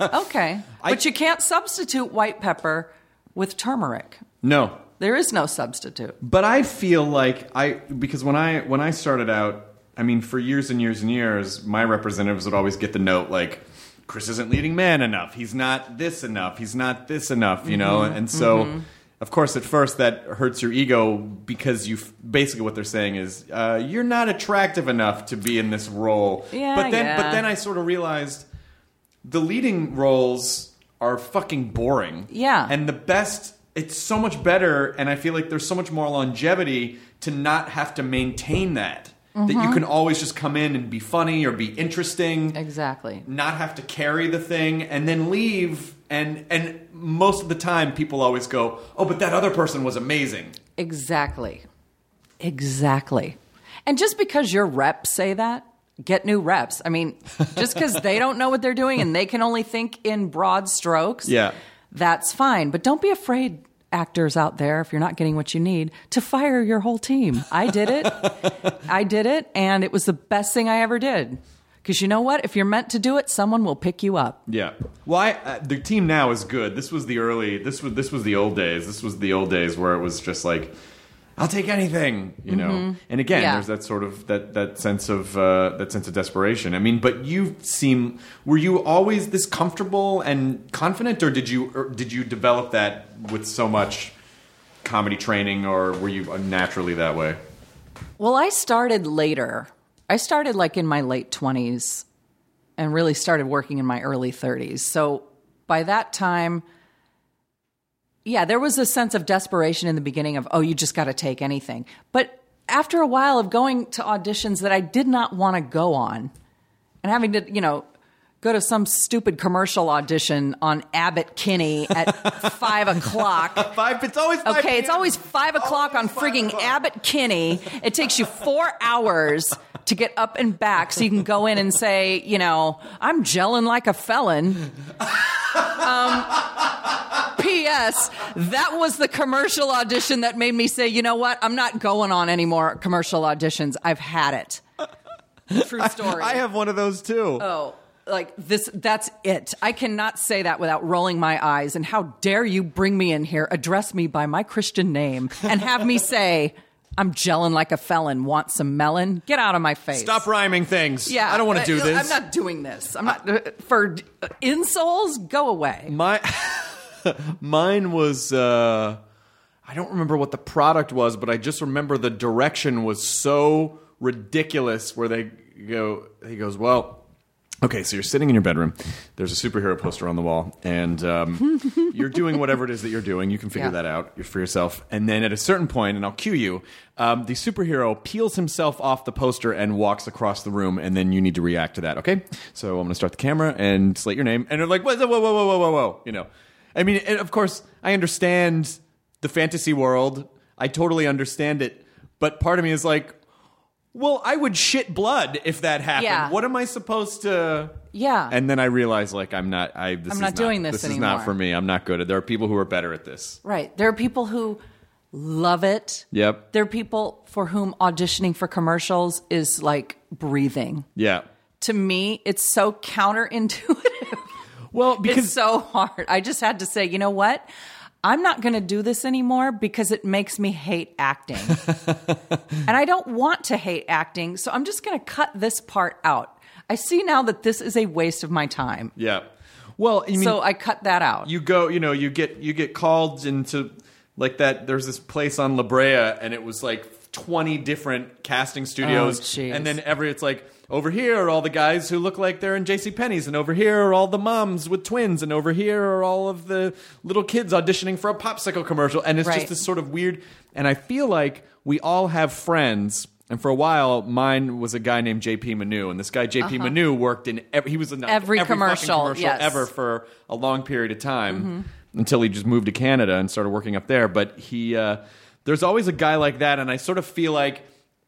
okay. but you can't substitute white pepper with turmeric.
No.
There is no substitute.
But I feel like I because when I when I started out, I mean, for years and years and years, my representatives would always get the note like, Chris isn't leading man enough. He's not this enough. He's not this enough. You know.
Mm-hmm.
And so, of course, at first that hurts your ego because you f- basically what they're saying is uh, you're not attractive enough to be in this role.
Yeah,
But then, but
yeah.
then I sort of realized the leading roles are fucking boring.
Yeah.
And the best, it's so much better, and I feel like there's so much more longevity to not have to maintain that. That you can always just come in and be funny or be interesting,
Exactly.
not have to carry the thing, and then leave. And and most of the time, people always go, "Oh, but that other person was amazing."
Exactly. Exactly. And just because your reps say that, get new reps. I mean, just because they don't know what they're doing and they can only think in broad strokes,
Yeah.
that's fine. But don't be afraid, actors out there, if you're not getting what you need, to fire your whole team. I did it. I did it, and it was the best thing I ever did. Because you know what? If you're meant to do it, someone will pick you up.
Yeah. Well, I, uh, the team now is good. This was the early. This was this was the old days. This was the old days where it was just like, I'll take anything, you know. And again,
Mm-hmm. Yeah.
there's that sort of that that sense of uh, that sense of desperation. I mean, but you seem were you always this comfortable and confident, or did you or did you develop that with so much comedy training, or were you naturally that way?
Well, I started later. I started like in my late 20s and really started working in my early 30s. So by that time, yeah, there was a sense of desperation in the beginning of, oh, you just got to take anything. But after a while of going to auditions that I did not want to go on and having to, you know, go to some stupid commercial audition on Abbott Kinney at five o'clock.
Five. It's always five
Okay, it's
p.m.
always five o'clock on
Always five
frigging
o'clock.
Abbott Kinney. It takes you four hours to get up and back so you can go in and say, you know, I'm gelling like a felon. Um, P.S. That was the commercial audition that made me say, you know what? I'm not going on any more commercial auditions. I've had it. True story.
I have one of those too.
Oh, like this, that's it. I cannot say that without rolling my eyes. And how dare you bring me in here, address me by my Christian name, and have me say, I'm gelling like a felon, want some melon? Get out of my face.
Stop rhyming things.
Yeah, Uh,
I don't want to do this.
I'm not doing this. I'm not uh, for insoles. Go away.
My mine was uh I don't remember what the product was, but I just remember the direction was so ridiculous where they go he goes, "Well, okay, so you're sitting in your bedroom. There's a superhero poster on the wall and um, you're doing whatever it is that you're doing. You can figure
Yeah.
that out you're for yourself. And then at a certain point, and I'll cue you, um, the superhero peels himself off the poster and walks across the room, and then you need to react to that. Okay, so I'm gonna start the camera and slate your name, and they're like, whoa, whoa, whoa, whoa, whoa, whoa, whoa. You know, I mean, and of course, I understand the fantasy world. I totally understand it, but part of me is like. Well, I would shit blood if that happened.
Yeah.
What am I supposed to?
Yeah.
And then I realize, like, I'm not. I. This
I'm
is
not doing this
This is not
anymore.
for me. I'm not good at. There are people who are better at this.
Right. There are people who love it.
Yep.
There are people for whom auditioning for commercials is like breathing.
Yeah.
To me, it's so counterintuitive.
Well, because
it's so hard. I just had to say, you know what? I'm not going to do this anymore because it makes me hate acting. and I don't want to hate acting, so I'm just going to cut this part out. I see now that this is a waste of my time.
yeah. Well, I mean,
so I cut that out.
you go, you know, you get you get called into like that there's this place on La Brea and it was like 20 different casting studios
Oh, jeez.
and then every it's like over here are all the guys who look like they're in JC Penney's and over here are all the moms with twins and over here are all of the little kids auditioning for a popsicle commercial and it's just
Right.
this sort of weird and I feel like we all have friends and for a while, mine was a guy named JP Manu, and this guy JP
Uh-huh.
Manu worked in every, he was in like
Every
fucking
commercial, yes.
ever for a long period of time until he just moved to Canada and started working up there. But he, uh, there's always a guy like that, and I sort of feel like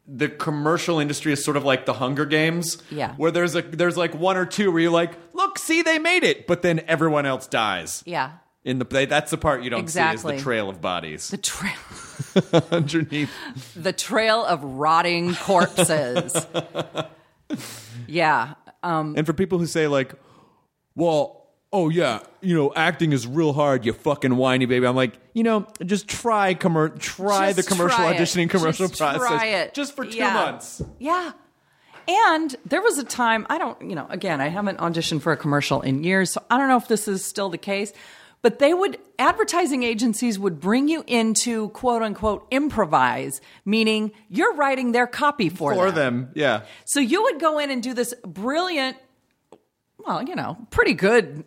the commercial industry is sort of like the Hunger Games,
Yeah.
where there's a there's like one or two where you're like, look, see, they made it, but then everyone else dies.
Yeah.
In the they- that's the part you don't see
Exactly.
is the trail of bodies
The trail,
underneath.
the trail of rotting corpses. yeah.
And for people who say like, "Well, oh yeah, you know, acting is real hard, you fucking whiny baby," I'm like, you know, just try commer- try
Just
the commercial
try it.
auditioning commercial
Just
process,
try it.
just for two
Yeah.
months.
Yeah. And there was a time, I don't, you know, again, I haven't auditioned for a commercial in years, so I don't know if this is still the case, but they would, advertising agencies would bring you into quote unquote improvise, meaning you're writing their copy for,
For
them.
them, yeah.
So you would go in and do this brilliant, well, you know, pretty good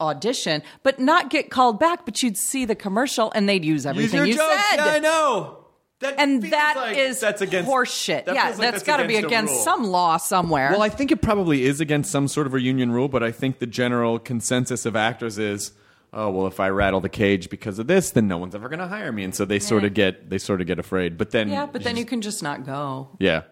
audition, but not get called back, but you'd see the commercial and they'd use
Use
everything
your
you
jokes.
said
Yeah, I know. That
and
feels
that is
like that's against
horseshit.
that
yeah,
feels like
that's got to be
a
against
rule.
some law somewhere.
Well, I think it probably is against some sort of a union rule, but I think the general consensus of actors is, oh well, if I rattle the cage because of this, then no one's ever going to hire me, and so they sort of get they sort of get afraid. But then,
yeah, but then you can just not go.
yeah,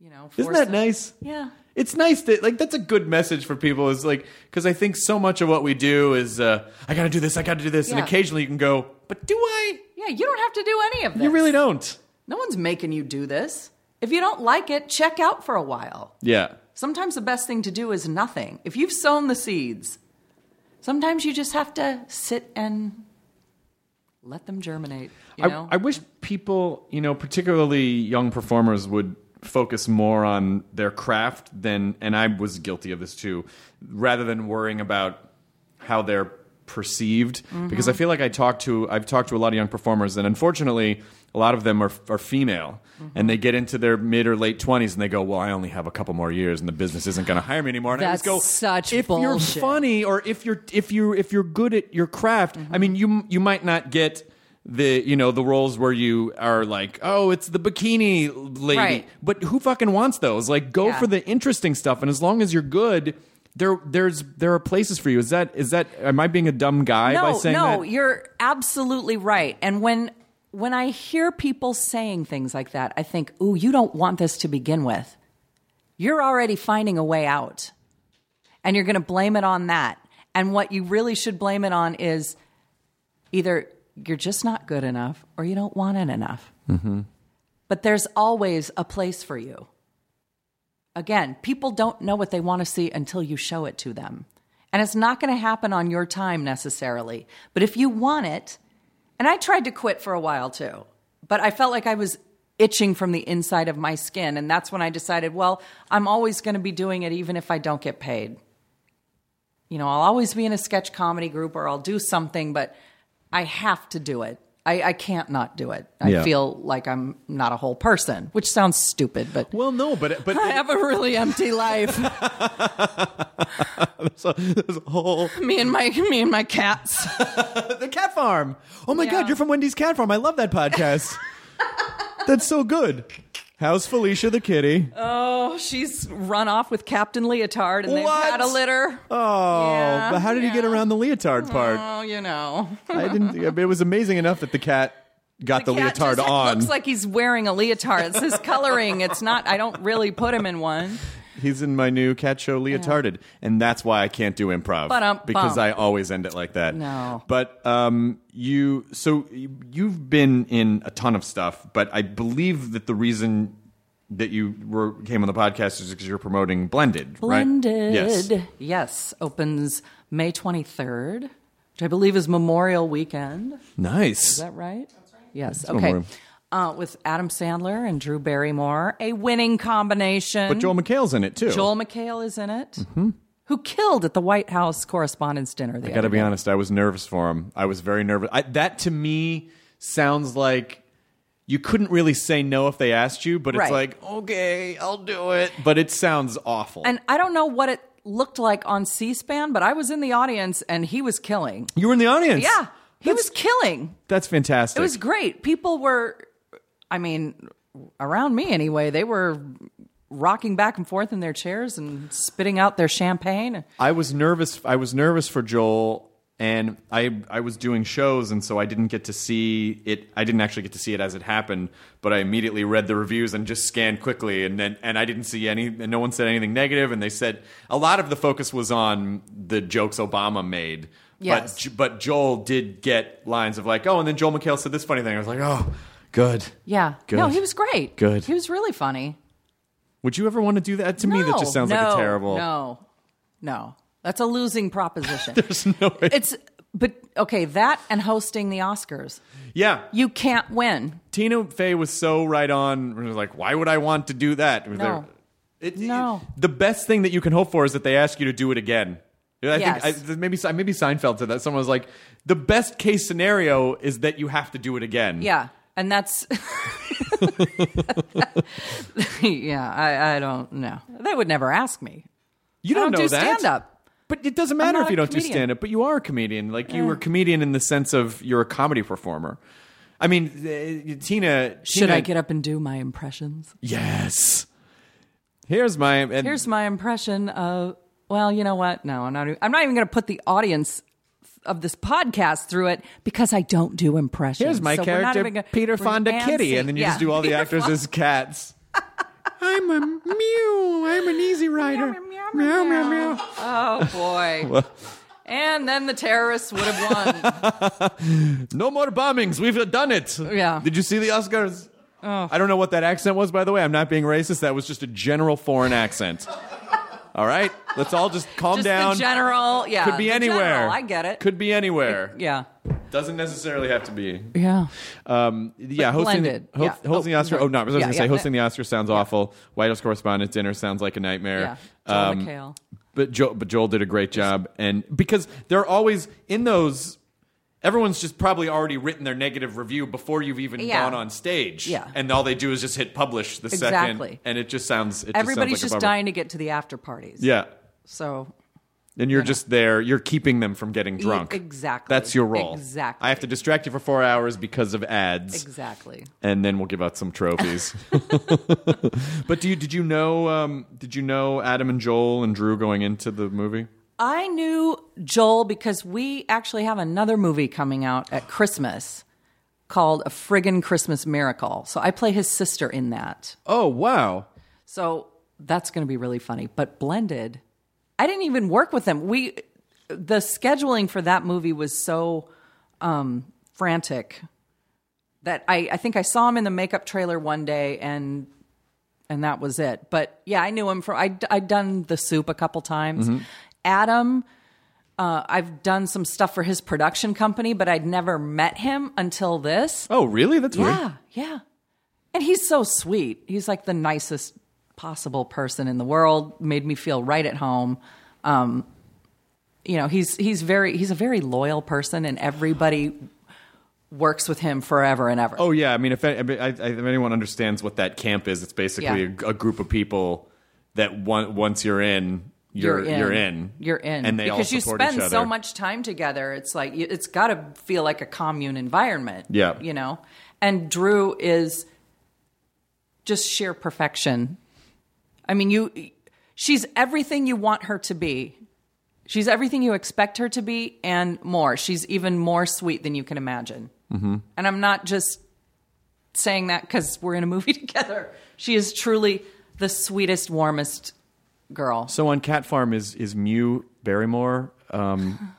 You know,
isn't
force
that
it.
nice?
Yeah.
It's nice that like that's a good message for people is like because I think so much of what we do is uh, I got to do this, I got to do this, and
Yeah.
occasionally you can go, but do I?
Yeah, you don't have to do any of this.
You really don't.
No one's making you do this. If you don't like it, check out for a while.
Yeah.
Sometimes the best thing to do is nothing. If you've sown the seeds, sometimes you just have to sit and let them germinate. You
I,
know,
I wish people, you know, particularly young performers would focus more on their craft than, and I was guilty of this too, rather than worrying about how they're perceived.
Mm-hmm.
Because I feel like I talked to, I've talked to a lot of young performers, and unfortunately, a lot of them are, are female,
Mm-hmm.
and they get into their mid or late twenties, and they go, "Well, I only have a couple more years, and the business isn't going to hire me anymore." And I just
That's
go,
such
"If
bullshit."
you're funny, or if you're if you if you're good at your craft, I mean, you you might not get." the you know the roles where you are like oh it's the bikini lady
Right.
but who fucking wants those like go
Yeah.
for the interesting stuff and as long as you're good there there's there are places for you is that is that am i being a dumb guy by saying
no,
that
you're absolutely right. And when when I hear people saying things like that, I think, "Ooh, you don't want this to begin with. You're already finding a way out, and you're going to blame it on that. And what you really should blame it on is either you're just not good enough, or you don't want it enough. But there's always a place for you. Again, people don't know what they want to see until you show it to them. And it's not going to happen on your time necessarily. But if you want it, and I tried to quit for a while too, but I felt like I was itching from the inside of my skin. And that's when I decided, well, I'm always going to be doing it even if I don't get paid. You know, I'll always be in a sketch comedy group or I'll do something, but I have to do it. I, I can't not do it. I
Yeah.
feel like I'm not a whole person, which sounds stupid, but
well no but but
I have a really empty life.
so, there's a whole
me and my me and my cats.
the cat farm oh my god
Yeah.
you're from wendy's cat farm i love that podcast that's so good how's felicia the kitty
Oh, she's run off with Captain Leotard, and
What?
they've had a litter.
oh
Yeah,
but how did he get
yeah.
around the leotard part
Oh, you know,
I didn't. I mean, it was amazing enough that the cat got the,
Cat
leotard
just
on.
Looks like he's wearing a leotard. It's his coloring. It's not. I don't really put him in one.
He's in my new cat show, Leotarded, and that's why I can't do improv
Ba-dum-bum.
because I always end it like that.
No.
but um, you. So you- you've been in a ton of stuff, but I believe that the reason that you were came on the podcast is because you're promoting Blended.
Blended.
Right? Yes.
Yes, opens May twenty third, which I believe is Memorial Weekend. Is
Nice.
that right? Yes.
Memorial.
Okay. Uh, with Adam Sandler and Drew Barrymore, a winning combination.
But Joel McHale's in it too.
Joel McHale is in it, who killed at the White House Correspondents' Dinner.
I
The
got to
other
be
day.
honest. I was nervous for him. I was very nervous. I, that to me sounds like you couldn't really say no if they asked you, but it's
Right.
like, okay, I'll do it. But it sounds awful.
And I don't know what it looked like on C SPAN, but I was in the audience and he was killing.
you were in the audience.
Yeah. He
That's-
was killing.
That's fantastic.
It was great. People were, I mean, around me anyway, they were rocking back and forth in their chairs and spitting out their champagne.
I was nervous. I was nervous for Joel, and I I was doing shows, and so I didn't get to see it. I didn't actually get to see it as it happened, but I immediately read the reviews and just scanned quickly, and then and I didn't see any. And no one said anything negative, and they said a lot of the focus was on the jokes Obama made.
Yes.
But J- but Joel did get lines of like, oh, and then Joel McHale said this funny thing. I was like, oh, good.
Yeah.
Good.
No, he was great.
Good.
He was really funny.
Would you ever want to do that? To me, that just sounds like a
No,
terrible.
No, no, that's a losing proposition.
There's no way.
it's but okay, that and hosting the Oscars,
yeah.
you can't win.
Tina Fey was so right on. It was like, why would I want to do that? It was
No.
there- it-
No.
it- the best thing that you can hope for is that they ask you to do it again. I
Yes.
think I, maybe Se- maybe Seinfeld said that. Someone was like, the best case scenario is that you have to do it again.
Yeah, and that's yeah. I, I don't know. They would never ask me.
you
I
don't,
don't
know
do
that.
stand-up.
But it doesn't matter
not
if
a
you don't do
comedian.
stand up. But you are a comedian. Like you were a comedian in the sense of you're a comedy performer. I mean, uh, Tina.
Should I get up and do my impressions?
Yes. Here's my. And
Here's my impression of. Well, you know what? No, I'm not. e- I'm not even going to put the audience of this podcast through it because I don't do impressions.
Here's my
So we're not
character,
even gonna-
Peter
we're
Fonda Kitty,
dancing.
and then you
Yeah.
just do all the actors as cats. I'm a mew. I'm an easy rider.
Meow, meow, meow, meow. Oh boy. and then the terrorists would have won.
No more bombings. We've done it.
Yeah. Oh.
Did you see the Oscars? I don't know what that accent was, by the way. I'm not being racist. That was just a general foreign accent. all right, let's all just calm
Just
down.
the general, yeah.
Could be
the
anywhere.
general, I get it.
Could be anywhere.
yeah.
Doesn't necessarily have to be.
Yeah.
Um, yeah, hosting, the,
blended.
ho-
Yeah.
hosting
Oh,
the Oscar.
sorry.
Oh, no, I was
Yeah,
going to say
yeah.
hosting the Oscar sounds awful. White House Correspondents' Dinner sounds like a nightmare.
Yeah. Joel
Um,
McHale.
But Joel, but Joel did a great job, and because they're always in those. Everyone's just probably already written their negative review before you've even
Yeah.
gone on stage.
Yeah.
And all they do is just hit publish the second.
Exactly.
And it just sounds. It
Everybody's
just,
just
sounds like a bummer.
dying to get to the after parties.
Yeah.
So
And you're just there. You're keeping them from getting drunk.
E, exactly.
That's your role.
Exactly.
I have to distract you for four hours because of ads.
exactly.
and then we'll give out some trophies. but do you did you know um, did you know Adam and Joel and Drew going into the movie?
I knew Joel because we actually have another movie coming out at Christmas called A Friggin' Christmas Miracle. So I play his sister in that.
Oh wow!
So that's going to be really funny. But blended, I didn't even work with them. We the scheduling for that movie was so um, frantic that I, I think I saw him in the makeup trailer one day and and that was it. But yeah, I knew him from I I'd done the soup a couple times. Adam. Uh, I've done some stuff for his production company, but I'd never met him until this.
Oh really? That's
Yeah, yeah. And he's so sweet. He's like the nicest possible person in the world. Made me feel right at home. Um, you know, he's he's very he's a very loyal person, and everybody works with him forever and ever.
Oh yeah. I mean, if, I, I, I, if anyone understands what that camp is, it's basically
Yeah.
a, a group of people that one, once you're in, you're you're in.
You're in. You're in.
and they
because
all
you
support
spend
each other.
so much time together. It's like you- it's got to feel like a commune environment.
Yeah.
you know. And Drew is just sheer perfection. I mean, you. She's everything you want her to be. She's everything you expect her to be, and more. She's even more sweet than you can imagine. Mm-hmm. And I'm not just saying that because we're in a movie together. She is truly the sweetest, warmest girl.
So on Cat Farm is is Mew Barrymore. Um,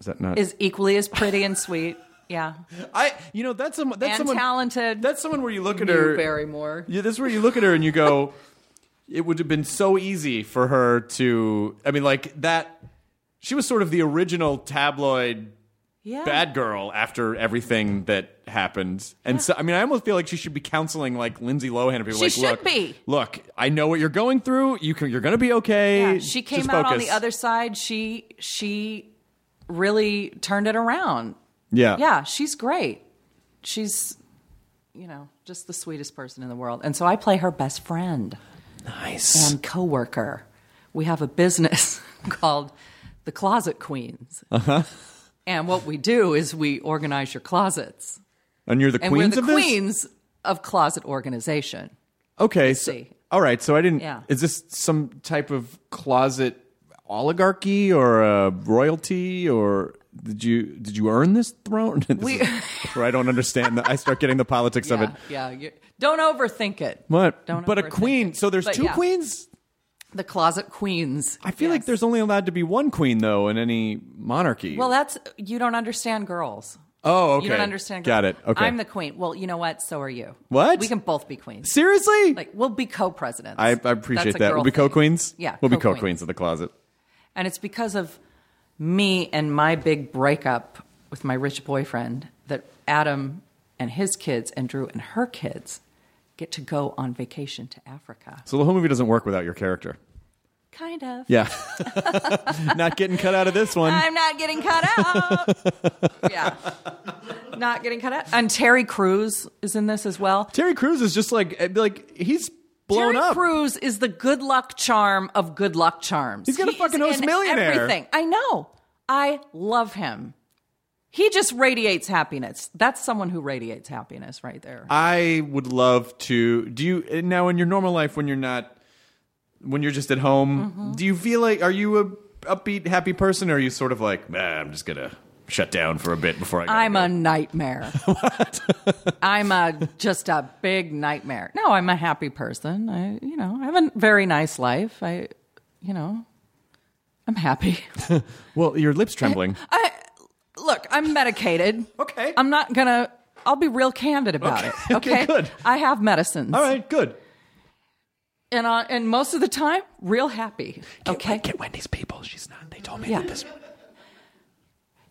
is that not?
is equally as pretty and sweet. Yeah.
I you know that's someone that's
and
someone
talented.
that's someone where you look at
Drew
her
Barrymore.
Yeah, that's where you look at her and you go, it would have been so easy for her to. I mean, like that. She was sort of the original tabloid
Yeah.
bad girl after everything that happened. And so, I mean, I almost feel like she should be counseling like Lindsay Lohan and people
She
like,
should
look,
be.
look, I know what you're going through. You can, you're going to be okay.
Yeah. She came
Just
out on
focus."
the other side. She she really turned it around.
Yeah.
Yeah, she's great. she's, you know, just the sweetest person in the world. And so I play her best friend
Nice.
and coworker. We have a business called the Closet Queens. Uh-huh. And what we do is we organize your closets.
And you're the
And
queens
we're the
of this.
queens of closet organization.
Okay. So,
see.
all right. So I didn't.
Yeah.
Is this some type of closet oligarchy or uh, royalty or did you did you earn this throne? This
We-
is where I don't understand. The, I start getting the politics of it.
Yeah, you, don't overthink it.
What?
Don't
but a
overthink
queen.
it.
So there's
But
two
yeah,
queens.
The closet queens.
I feel like
Yes.
there's only allowed to be one queen though in any monarchy.
Well, that's you don't understand girls.
oh, okay.
You don't understand. Girls.
Got it. Okay.
I'm the queen. Well, you know what? So are you.
What?
We can both be queens.
Seriously?
Like we'll be co-presidents.
I,
That's
I
a
appreciate that.
girl
We'll be co
thing.
queens.
Yeah,
We'll be co
co-queen.
queens of the closet.
And it's because of me and my big breakup with my rich boyfriend that Adam and his kids and Drew and her kids get to go on vacation to Africa.
So the whole movie doesn't work without your character.
Kind of.
Yeah. Not getting cut out of this one.
I'm not getting cut out. yeah. Not getting cut out. And Terry Crews is in this as well.
Terry Crews is just like eh, like he's blown
Terry
up.
Crews is the good luck charm of good luck charms.
He's gonna
He
fucking
is
host
in
Millionaire.
Everything. I know. I love him. He just radiates happiness. That's someone who radiates happiness right there.
I would love to. Do you eh, now in your normal life when you're not when you're just at home?
Mm-hmm.
Do you feel like are you a upbeat, happy person, or are you sort of like, man, I'm just gonna shut down for a bit before I? gotta
I'm
go."
a nightmare. what? I'm a just a big nightmare. No, I'm a happy person. I, you know, I have a very nice life. I, you know, I'm happy.
Well, your lips trembling.
I look, I'm medicated.
Okay.
I'm not gonna. I'll be real candid about it.
Okay,
Okay.
good.
I have medicines.
All right, good.
And I, and most of the time, real happy. Okay.
Wendy's people. She's not. They told me
Yeah.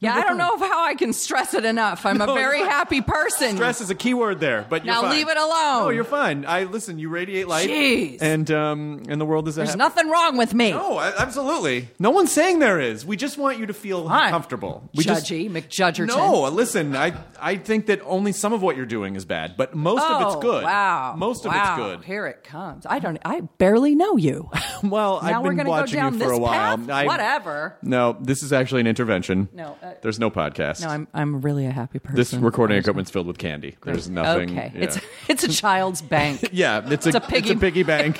yeah. I don't know how I can stress it enough. I'm
No,
a very
you're-
happy person.
Stress is a key word there, but you're
Now
fine.
leave it alone.
No, you're fine. I listen. You radiate light,
Jeez.
and um, and the world is a
There's
happy-
nothing wrong with me.
No, I- absolutely. No one's saying there is. We just want you to feel
Fine.
comfortable. We just-
Judgy McJudgerton.
No, listen. I I think that only some of what you're doing is bad, but most of it's
Oh,
good.
Wow.
most of
Wow.
it's good.
Here it comes. I don't. I barely know you.
Well,
now
I've
we're
been
gonna
watching
go down
you for
this
a while.
Path?
I-
Whatever.
No, this is actually an intervention.
No, uh,
there's no podcast.
No, I'm. I'm really a happy person.
this recording equipment's filled with candy. There's nothing.
Okay.
Yeah.
It's it's a child's bank.
yeah, it's,
It's
a,
a piggy-
It's a piggy bank.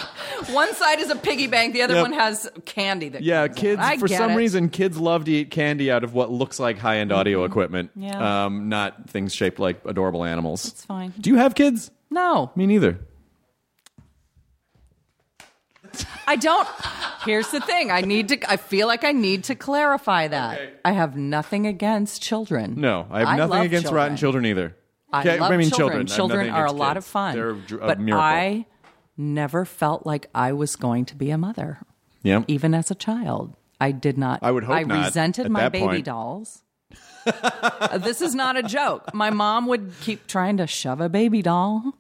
one side is a piggy bank. The other
Yep.
one has candy. That
Yeah,
comes in.
kids
I
for
get
some
it. Mm-hmm.
reason kids love to eat candy out of what looks like high-end audio equipment.
Yeah.
Um, not things shaped like adorable animals.
It's fine.
Do you have kids?
No,
Me neither.
I don't. Here's the thing. I need to. I feel like I need to clarify that. I have nothing against children.
No, I have nothing
love
against rotten children either.
I
Okay,
love
I mean children.
children.
I have
Children
nothing
are a
against
lot
kids.
of fun.
They're a dr- a
but
miracle.
I never felt like I was going to be a mother,
yeah.
even as a child. I did not.
I would hope
I
not
resented
at
my
that
baby
point.
dolls. this is not a joke. My mom would keep trying to shove a baby doll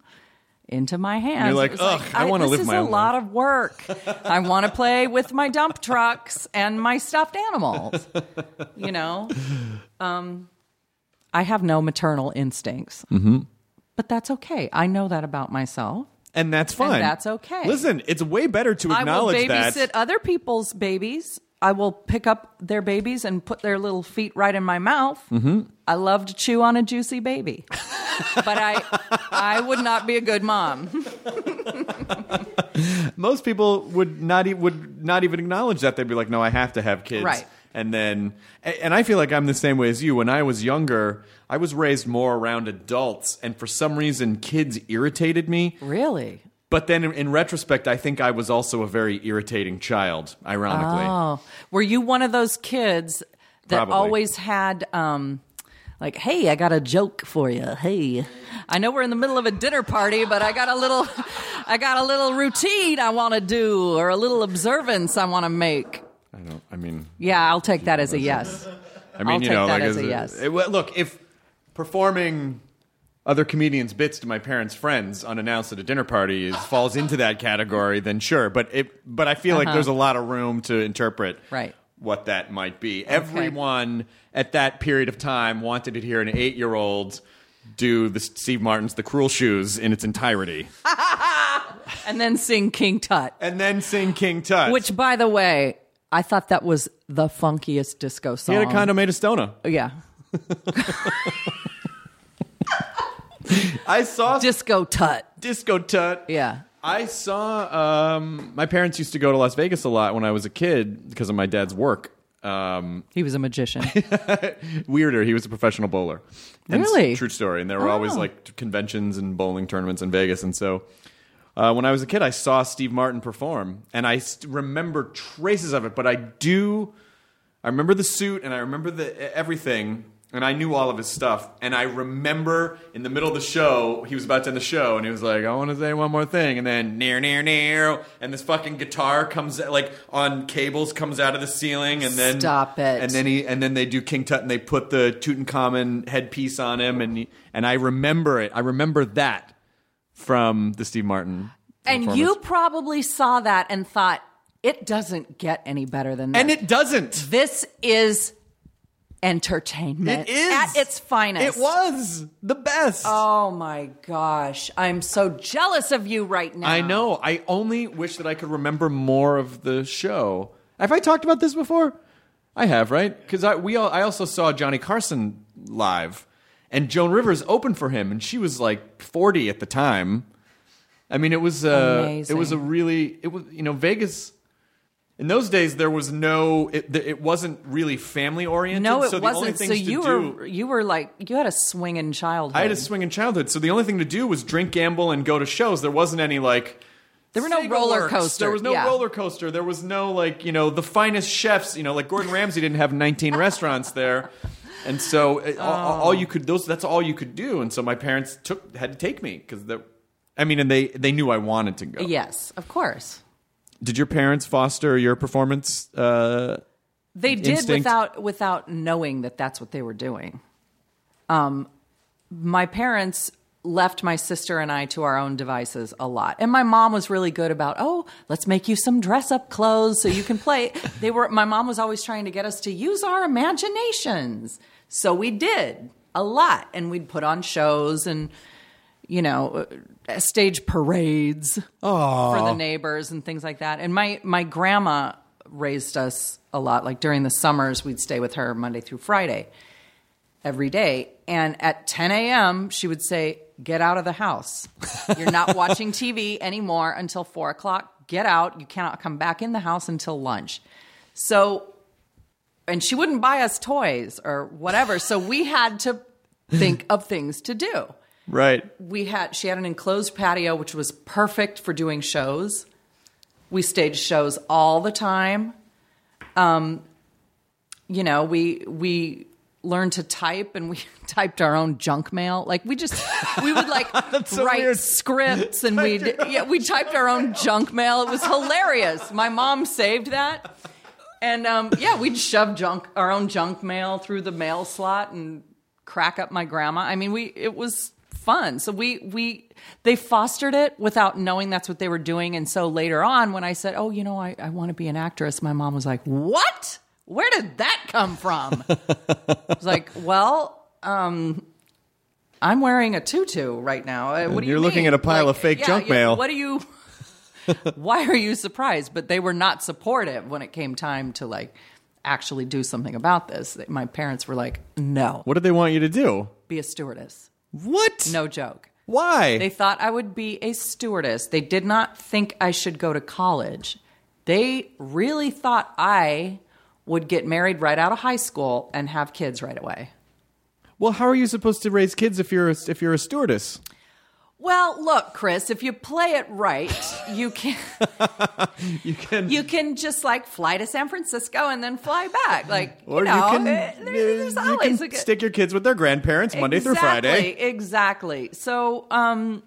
into my hands.
You're like,
It was
"Ugh, I wanna
this
live
is
my
a
own
lot of work. I want to play with my dump trucks and my stuffed animals. You know, um, I have no maternal instincts, mm-hmm. but that's okay. I know that about myself.
And that's fine.
that's okay.
Listen, it's way better to
I will
acknowledge
babysit
that.
other people's babies. I will pick up their babies and put their little feet right in my mouth. Mm-hmm. I love to chew on a juicy baby, but I I would not be a good mom.
Most people would not e- would not even acknowledge that. They'd be like, "No, I have to have kids."
Right.
And then, a- and I feel like I'm the same way as you. When I was younger, I was raised more around adults, and for some reason, kids irritated me.
Really?
But then, in, in retrospect, I think I was also a very irritating child. Ironically,
Oh, were you one of those kids that
Probably.
always had, um, like, hey, I got a joke for you. Hey, I know we're in the middle of a dinner party, but I got a little, I got a little routine I want to do, or a little observance I want to make.
I don't. I mean,
Yeah, I'll take that as a yes.
I mean,
I'll
you
take
know,
that
like
as a
it-
yes.
it- well, look, if performing other comedians' bits to my parents' friends unannounced at a dinner party is, falls into that category, then sure. But it, but I feel like there's a lot of room to interpret
Uh-huh. Right.
what that might be. Everyone at that period of time wanted to hear an eight-year-old do the Steve Martin's The Cruel Shoes in its entirety,
and then sing King Tut.
and then sing King Tut,
Which, by the way, I thought that was the funkiest disco song.
he had a condo made of stoner.
yeah,
I saw
disco tut.
Disco Tut.
Yeah,
I saw. Um, my parents used to go to Las Vegas a lot when I was a kid because of my dad's work. Um,
he was a magician.
weirder, he was a professional bowler. And it's
Really?
a true story. And there were always
Oh.
like t- conventions and bowling tournaments in Vegas. And so, uh, when I was a kid, I saw Steve Martin perform, and I st- remember traces of it. But I do, I remember the suit, and I remember the e, everything. And I knew all of his stuff. And I remember in the middle of the show, he was about to end the show, and he was like, "I want to say one more thing." And then near, near, near, and this fucking guitar comes like on cables comes out of the ceiling, and then
Stop it.
And then he and then they do King Tut, and they put the Tutankhamun headpiece on him, and he, and I remember it. I remember that from the Steve Martin.
and you
performance.
probably saw that and thought it doesn't get any better than this.
and it doesn't.
this is
It
entertainment.
is
at its finest.
It was the best.
Oh my gosh, I'm so jealous of you right now.
I know. I only wish that I could remember more of the show. Have I talked about this before? I have, right? Because I we all, I also saw Johnny Carson live, and Joan Rivers opened for him, and she was like forty at the time. I mean, it was uh,
Amazing.
it was a really it was you know Vegas. In those days, there was no it, it wasn't really family oriented.
No, it
so the Only
wasn't.
things
So
to
you
do,
were you were like you had a swinging childhood.
I had a swinging childhood, so the only thing to do was drink, gamble, and go to shows. There wasn't any like.
There were no
Sega
roller
Works.
coaster.
There was no
Yeah.
roller coaster. There was no like you know the finest chefs. You know, like Gordon Ramsay didn't have 19 restaurants there, and so it,
Oh.
all, all you could those that's all you could do. And so my parents took had to take me because I mean, and they they knew I wanted to go.
Yes, of course.
Did your parents foster your performance? Uh,
They did
Instinct.
without without knowing that that's what they were doing. Um, my parents left my sister and I to our own devices a lot, and my mom was really good about oh, let's make you some dress up clothes so you can play. they were my mom was always trying to get us to use our imaginations, so we did a lot, and we'd put on shows and you know uh, stage parades for the neighbors and things like that. And my my grandma raised us a lot. Like during the summers, we'd stay with her Monday through Friday, every day. And at 10 a.m., she would say, "Get out of the house. You're not watching TV anymore until four o'clock. Get out. You cannot come back in the house until lunch." So, and she wouldn't buy us toys or whatever. So we had to think of things to do
right.
we had she had an enclosed patio which was perfect for doing shows we staged shows all the time um, you know we we learned to type and we typed our own junk mail like we just we would like
so
write
weird.
scripts and we yeah we typed our own junk mail it was hilarious my mom saved that and um, yeah, we'd shove junk, our own junk mail through the mail slot and crack up my grandma. I mean, we it was fun. So we we they fostered it without knowing that's what they were doing. And so later on, when I said, "Oh, you know, I, I want to be an actress," my mom was like, "What? Where did that come from?" I was like, "Well, um." I'm wearing a tutu right now. Uh, What do you
you're looking at
mean?
a pile
Like,
of fake
yeah,
junk
yeah,
mail.
What do you why are you surprised? But they were not supportive when it came time to like actually do something about this. They- My parents were like, no,
What did they want you to do?
be a stewardess.
What?
No joke.
Why?
They thought I would be a stewardess. They did not think I should go to college. They really thought I would get married right out of high school and have kids right away.
well, how are you supposed to raise kids if you're a, if you're a stewardess?
Well, look, Chris, if you play it right, you can
You can.
you can just like fly to San Francisco and then fly back. Like,
or
you know,
you can,
eh, there- there's
you
always
can
a good,
stick your kids with their grandparents Monday through Friday.
Exactly, Exactly. So, um,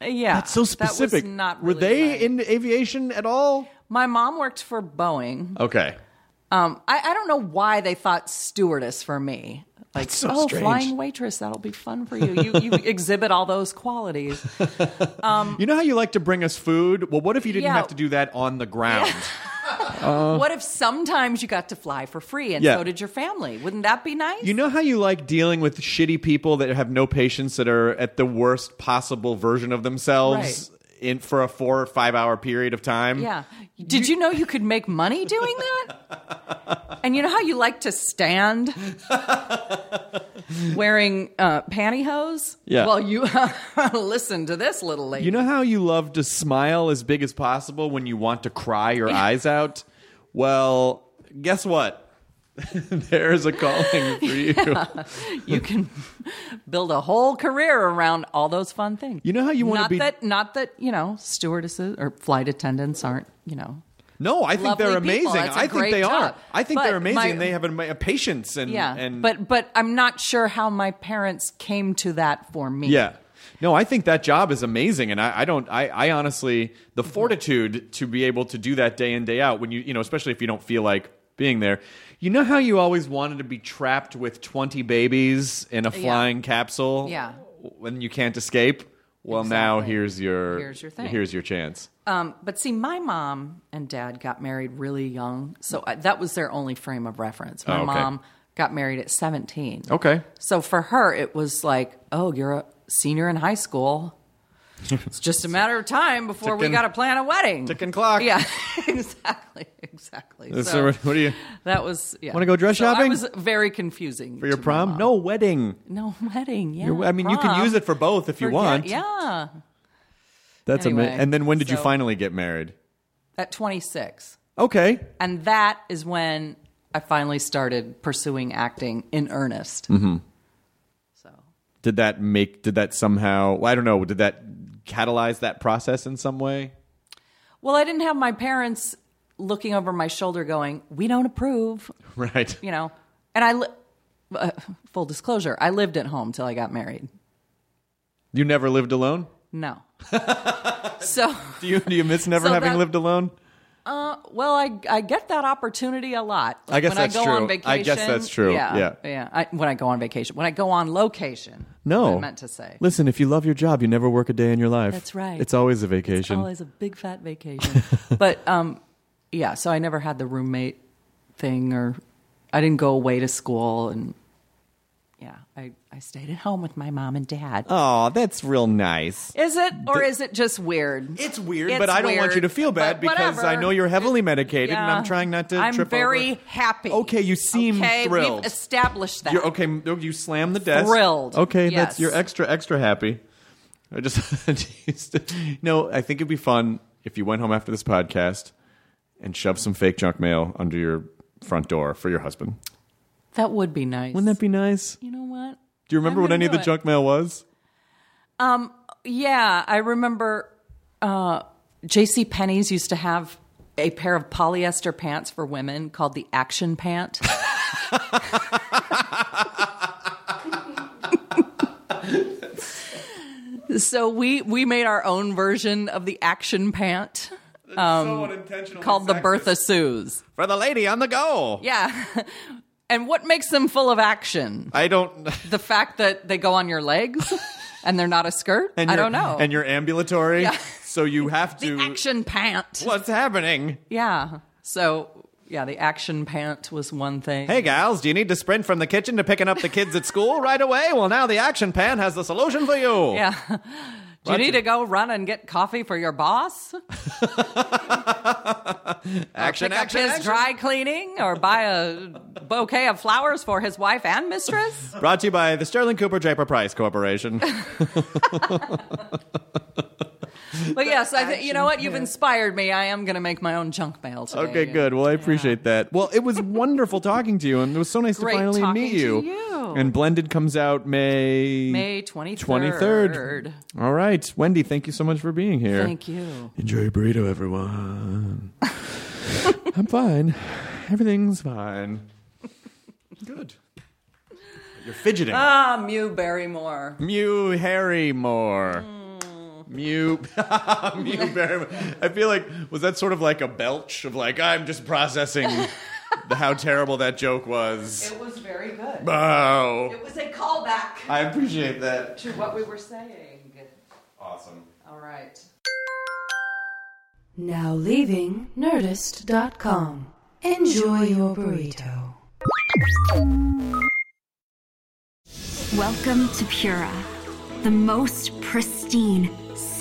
yeah,
That's so specific.
That was not
Were
really
they
mine.
in aviation at all?
My mom worked for Boeing.
Okay.
Um, I, I don't know why they thought stewardess for me. Like,
That's so
oh,
strange.
flying waitress, that'll be fun for you. You, you exhibit all those qualities.
You know how you like to bring us food? Well, what if you didn't
Yeah.
have to do that on the ground?
what if sometimes you got to fly for free and
Uh, Yeah.
so did your family? Wouldn't that be nice?
You know how you like dealing with shitty people that have no patience that are at the worst possible version of themselves in for a four or five hour period of time?
Yeah. Did you know you could make money doing that? and you know how you like to stand wearing uh, pantyhose?
Yeah.
Well, you listen to this little lady.
You know how you love to smile as big as possible when you want to cry your eyes out? Well, guess what? There's a calling for you.
you can build a whole career around all those fun things.
You know how you wanna
Not
be-
that not that you know stewardesses or flight attendants aren't you know.
No, I think
Lovely
they're
people.
amazing.
That's a
I think
great
they
job.
are. I think
But
they're amazing.
my-
and they have a, a patience and
Yeah,
Mm, and
but but I'm not sure how my parents came to that for me.
Yeah. No, I think that job is amazing, and I, I don't. I, I honestly,
Mm-hmm.
the fortitude to be able to do that day in day out, when you you know, especially if you don't feel like being there. You know how you always wanted to be trapped with twenty babies in a flying capsule,
Yeah.
when you can't escape. Well, now
Exactly.
here's your
Here's your thing.
Here's your chance.
Um, but see, my mom and dad got married really young, so I, that was their only frame of reference. My
Oh, okay.
mom got married at 17.
Okay.
So for her, it was like, oh, you're a senior in high school. It's just a matter of time before we
Ticking-
got to plan a wedding.
Ticking clock.
Yeah, exactly, exactly.
So,
So
what do you
that was. Yeah.
Wanna go dress
So I
shopping?
was very confusing
for your
to my
prom?
mom.
No wedding.
no wedding. Yeah,
Your- I mean, you can
prom.
use it for both if you
Forget-
want.
Yeah,
That's
Anyway,
amazing. And then when did you
so-
finally get married?
at 26.
Okay.
And that is when I finally started pursuing acting in earnest.
Mm-hmm.
So
did that make did that somehow well, i don't know did that catalyze that process in some way
Well, I didn't have my parents looking over my shoulder going, "We don't approve,"
right
you know. And I li- uh, full disclosure, I lived at home till I got married.
you never lived alone
No. so,
do you do you miss never
So
having
that-
lived alone
uh, well, I I get that opportunity a lot.
I guess
when
that's
I go On
true.
vacation,
I guess that's true.
Yeah.
Yeah.
I, when I go on vacation, when I go on location.
no
what I meant to say.
listen if you love your job you never work a day in your life
That's right.
it's always a vacation
Always a big fat vacation. but um, yeah, so I never had the roommate thing, or I didn't go away to school, and yeah, I, I stayed at home with my mom and dad.
oh that's real nice
Is it, or is it just weird?
it's weird
It's
but i don't want you
weird,
to feel bad
but
because i
whatever.
know you're heavily medicated and
Yeah.
i'm trying not to
I'm
trip
very
over.
happy.
okay you seem
okay,
thrilled
We've established that.
You're okay. no, You slam the desk.
Thrilled.
Okay,
Yes.
that's you're extra extra happy. I just Jeez. no. I think it'd be fun if you went home after this podcast and shoved some fake junk mail under your front door for your husband.
That would be nice.
Wouldn't that be nice? Do
you know what?
you remember
I'm
what
gonna
any of
do
the
it.
junk mail was?
Um, yeah, I remember uh, J.C. Penney's used to have a pair of polyester pants for women called the Action Pant. so we we made our own version of the Action Pant um,
so unintentional.
called the Bertha Sue's.
for the lady on the go.
Yeah. And what makes them full of action?
I don't.
The fact that they go on your legs and they're not a skirt?
And
I
you're-
don't know.
And you're ambulatory, so you have
the
to.
action pant.
What's happening?
Yeah. So yeah, the action pant was one thing.
Hey, gals, do you need to sprint from the kitchen to picking up the kids at school right away? Well, now the Action Pan has the solution for you.
Yeah. Do you need to go run and get coffee for your boss?
action, action,
Pick up his
action.
dry cleaning or buy a bouquet of flowers for his wife and mistress?
Brought to you by the Sterling Cooper Draper Price Corporation.
But yes, I think you know what? You've inspired me. I am going to make my own junk mail today.
okay, good. Well, I appreciate that. Well, it was wonderful talking to you, and it was so nice
Great
to finally
talking
meet
to
you.
you.
And Blended comes out May
May 23rd.
23rd. All right, Wendy, thank you so much for being here.
Thank you.
Enjoy your burrito, everyone. I'm fine. Everything's fine. Good. You're fidgeting.
Ah, Mew Barrymore.
Mew Harry Moore.
Mm.
Mew, Mew Barrymore. I feel like was that sort of like a belch of like I'm just processing the, how terrible that joke was.
It was very good.
Oh,
It was a callback
I appreciate that.
to what we were saying.
Awesome.
All right.
Now leaving Nerdist.com. Enjoy your burrito.
Welcome to Pura, the most pristine,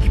we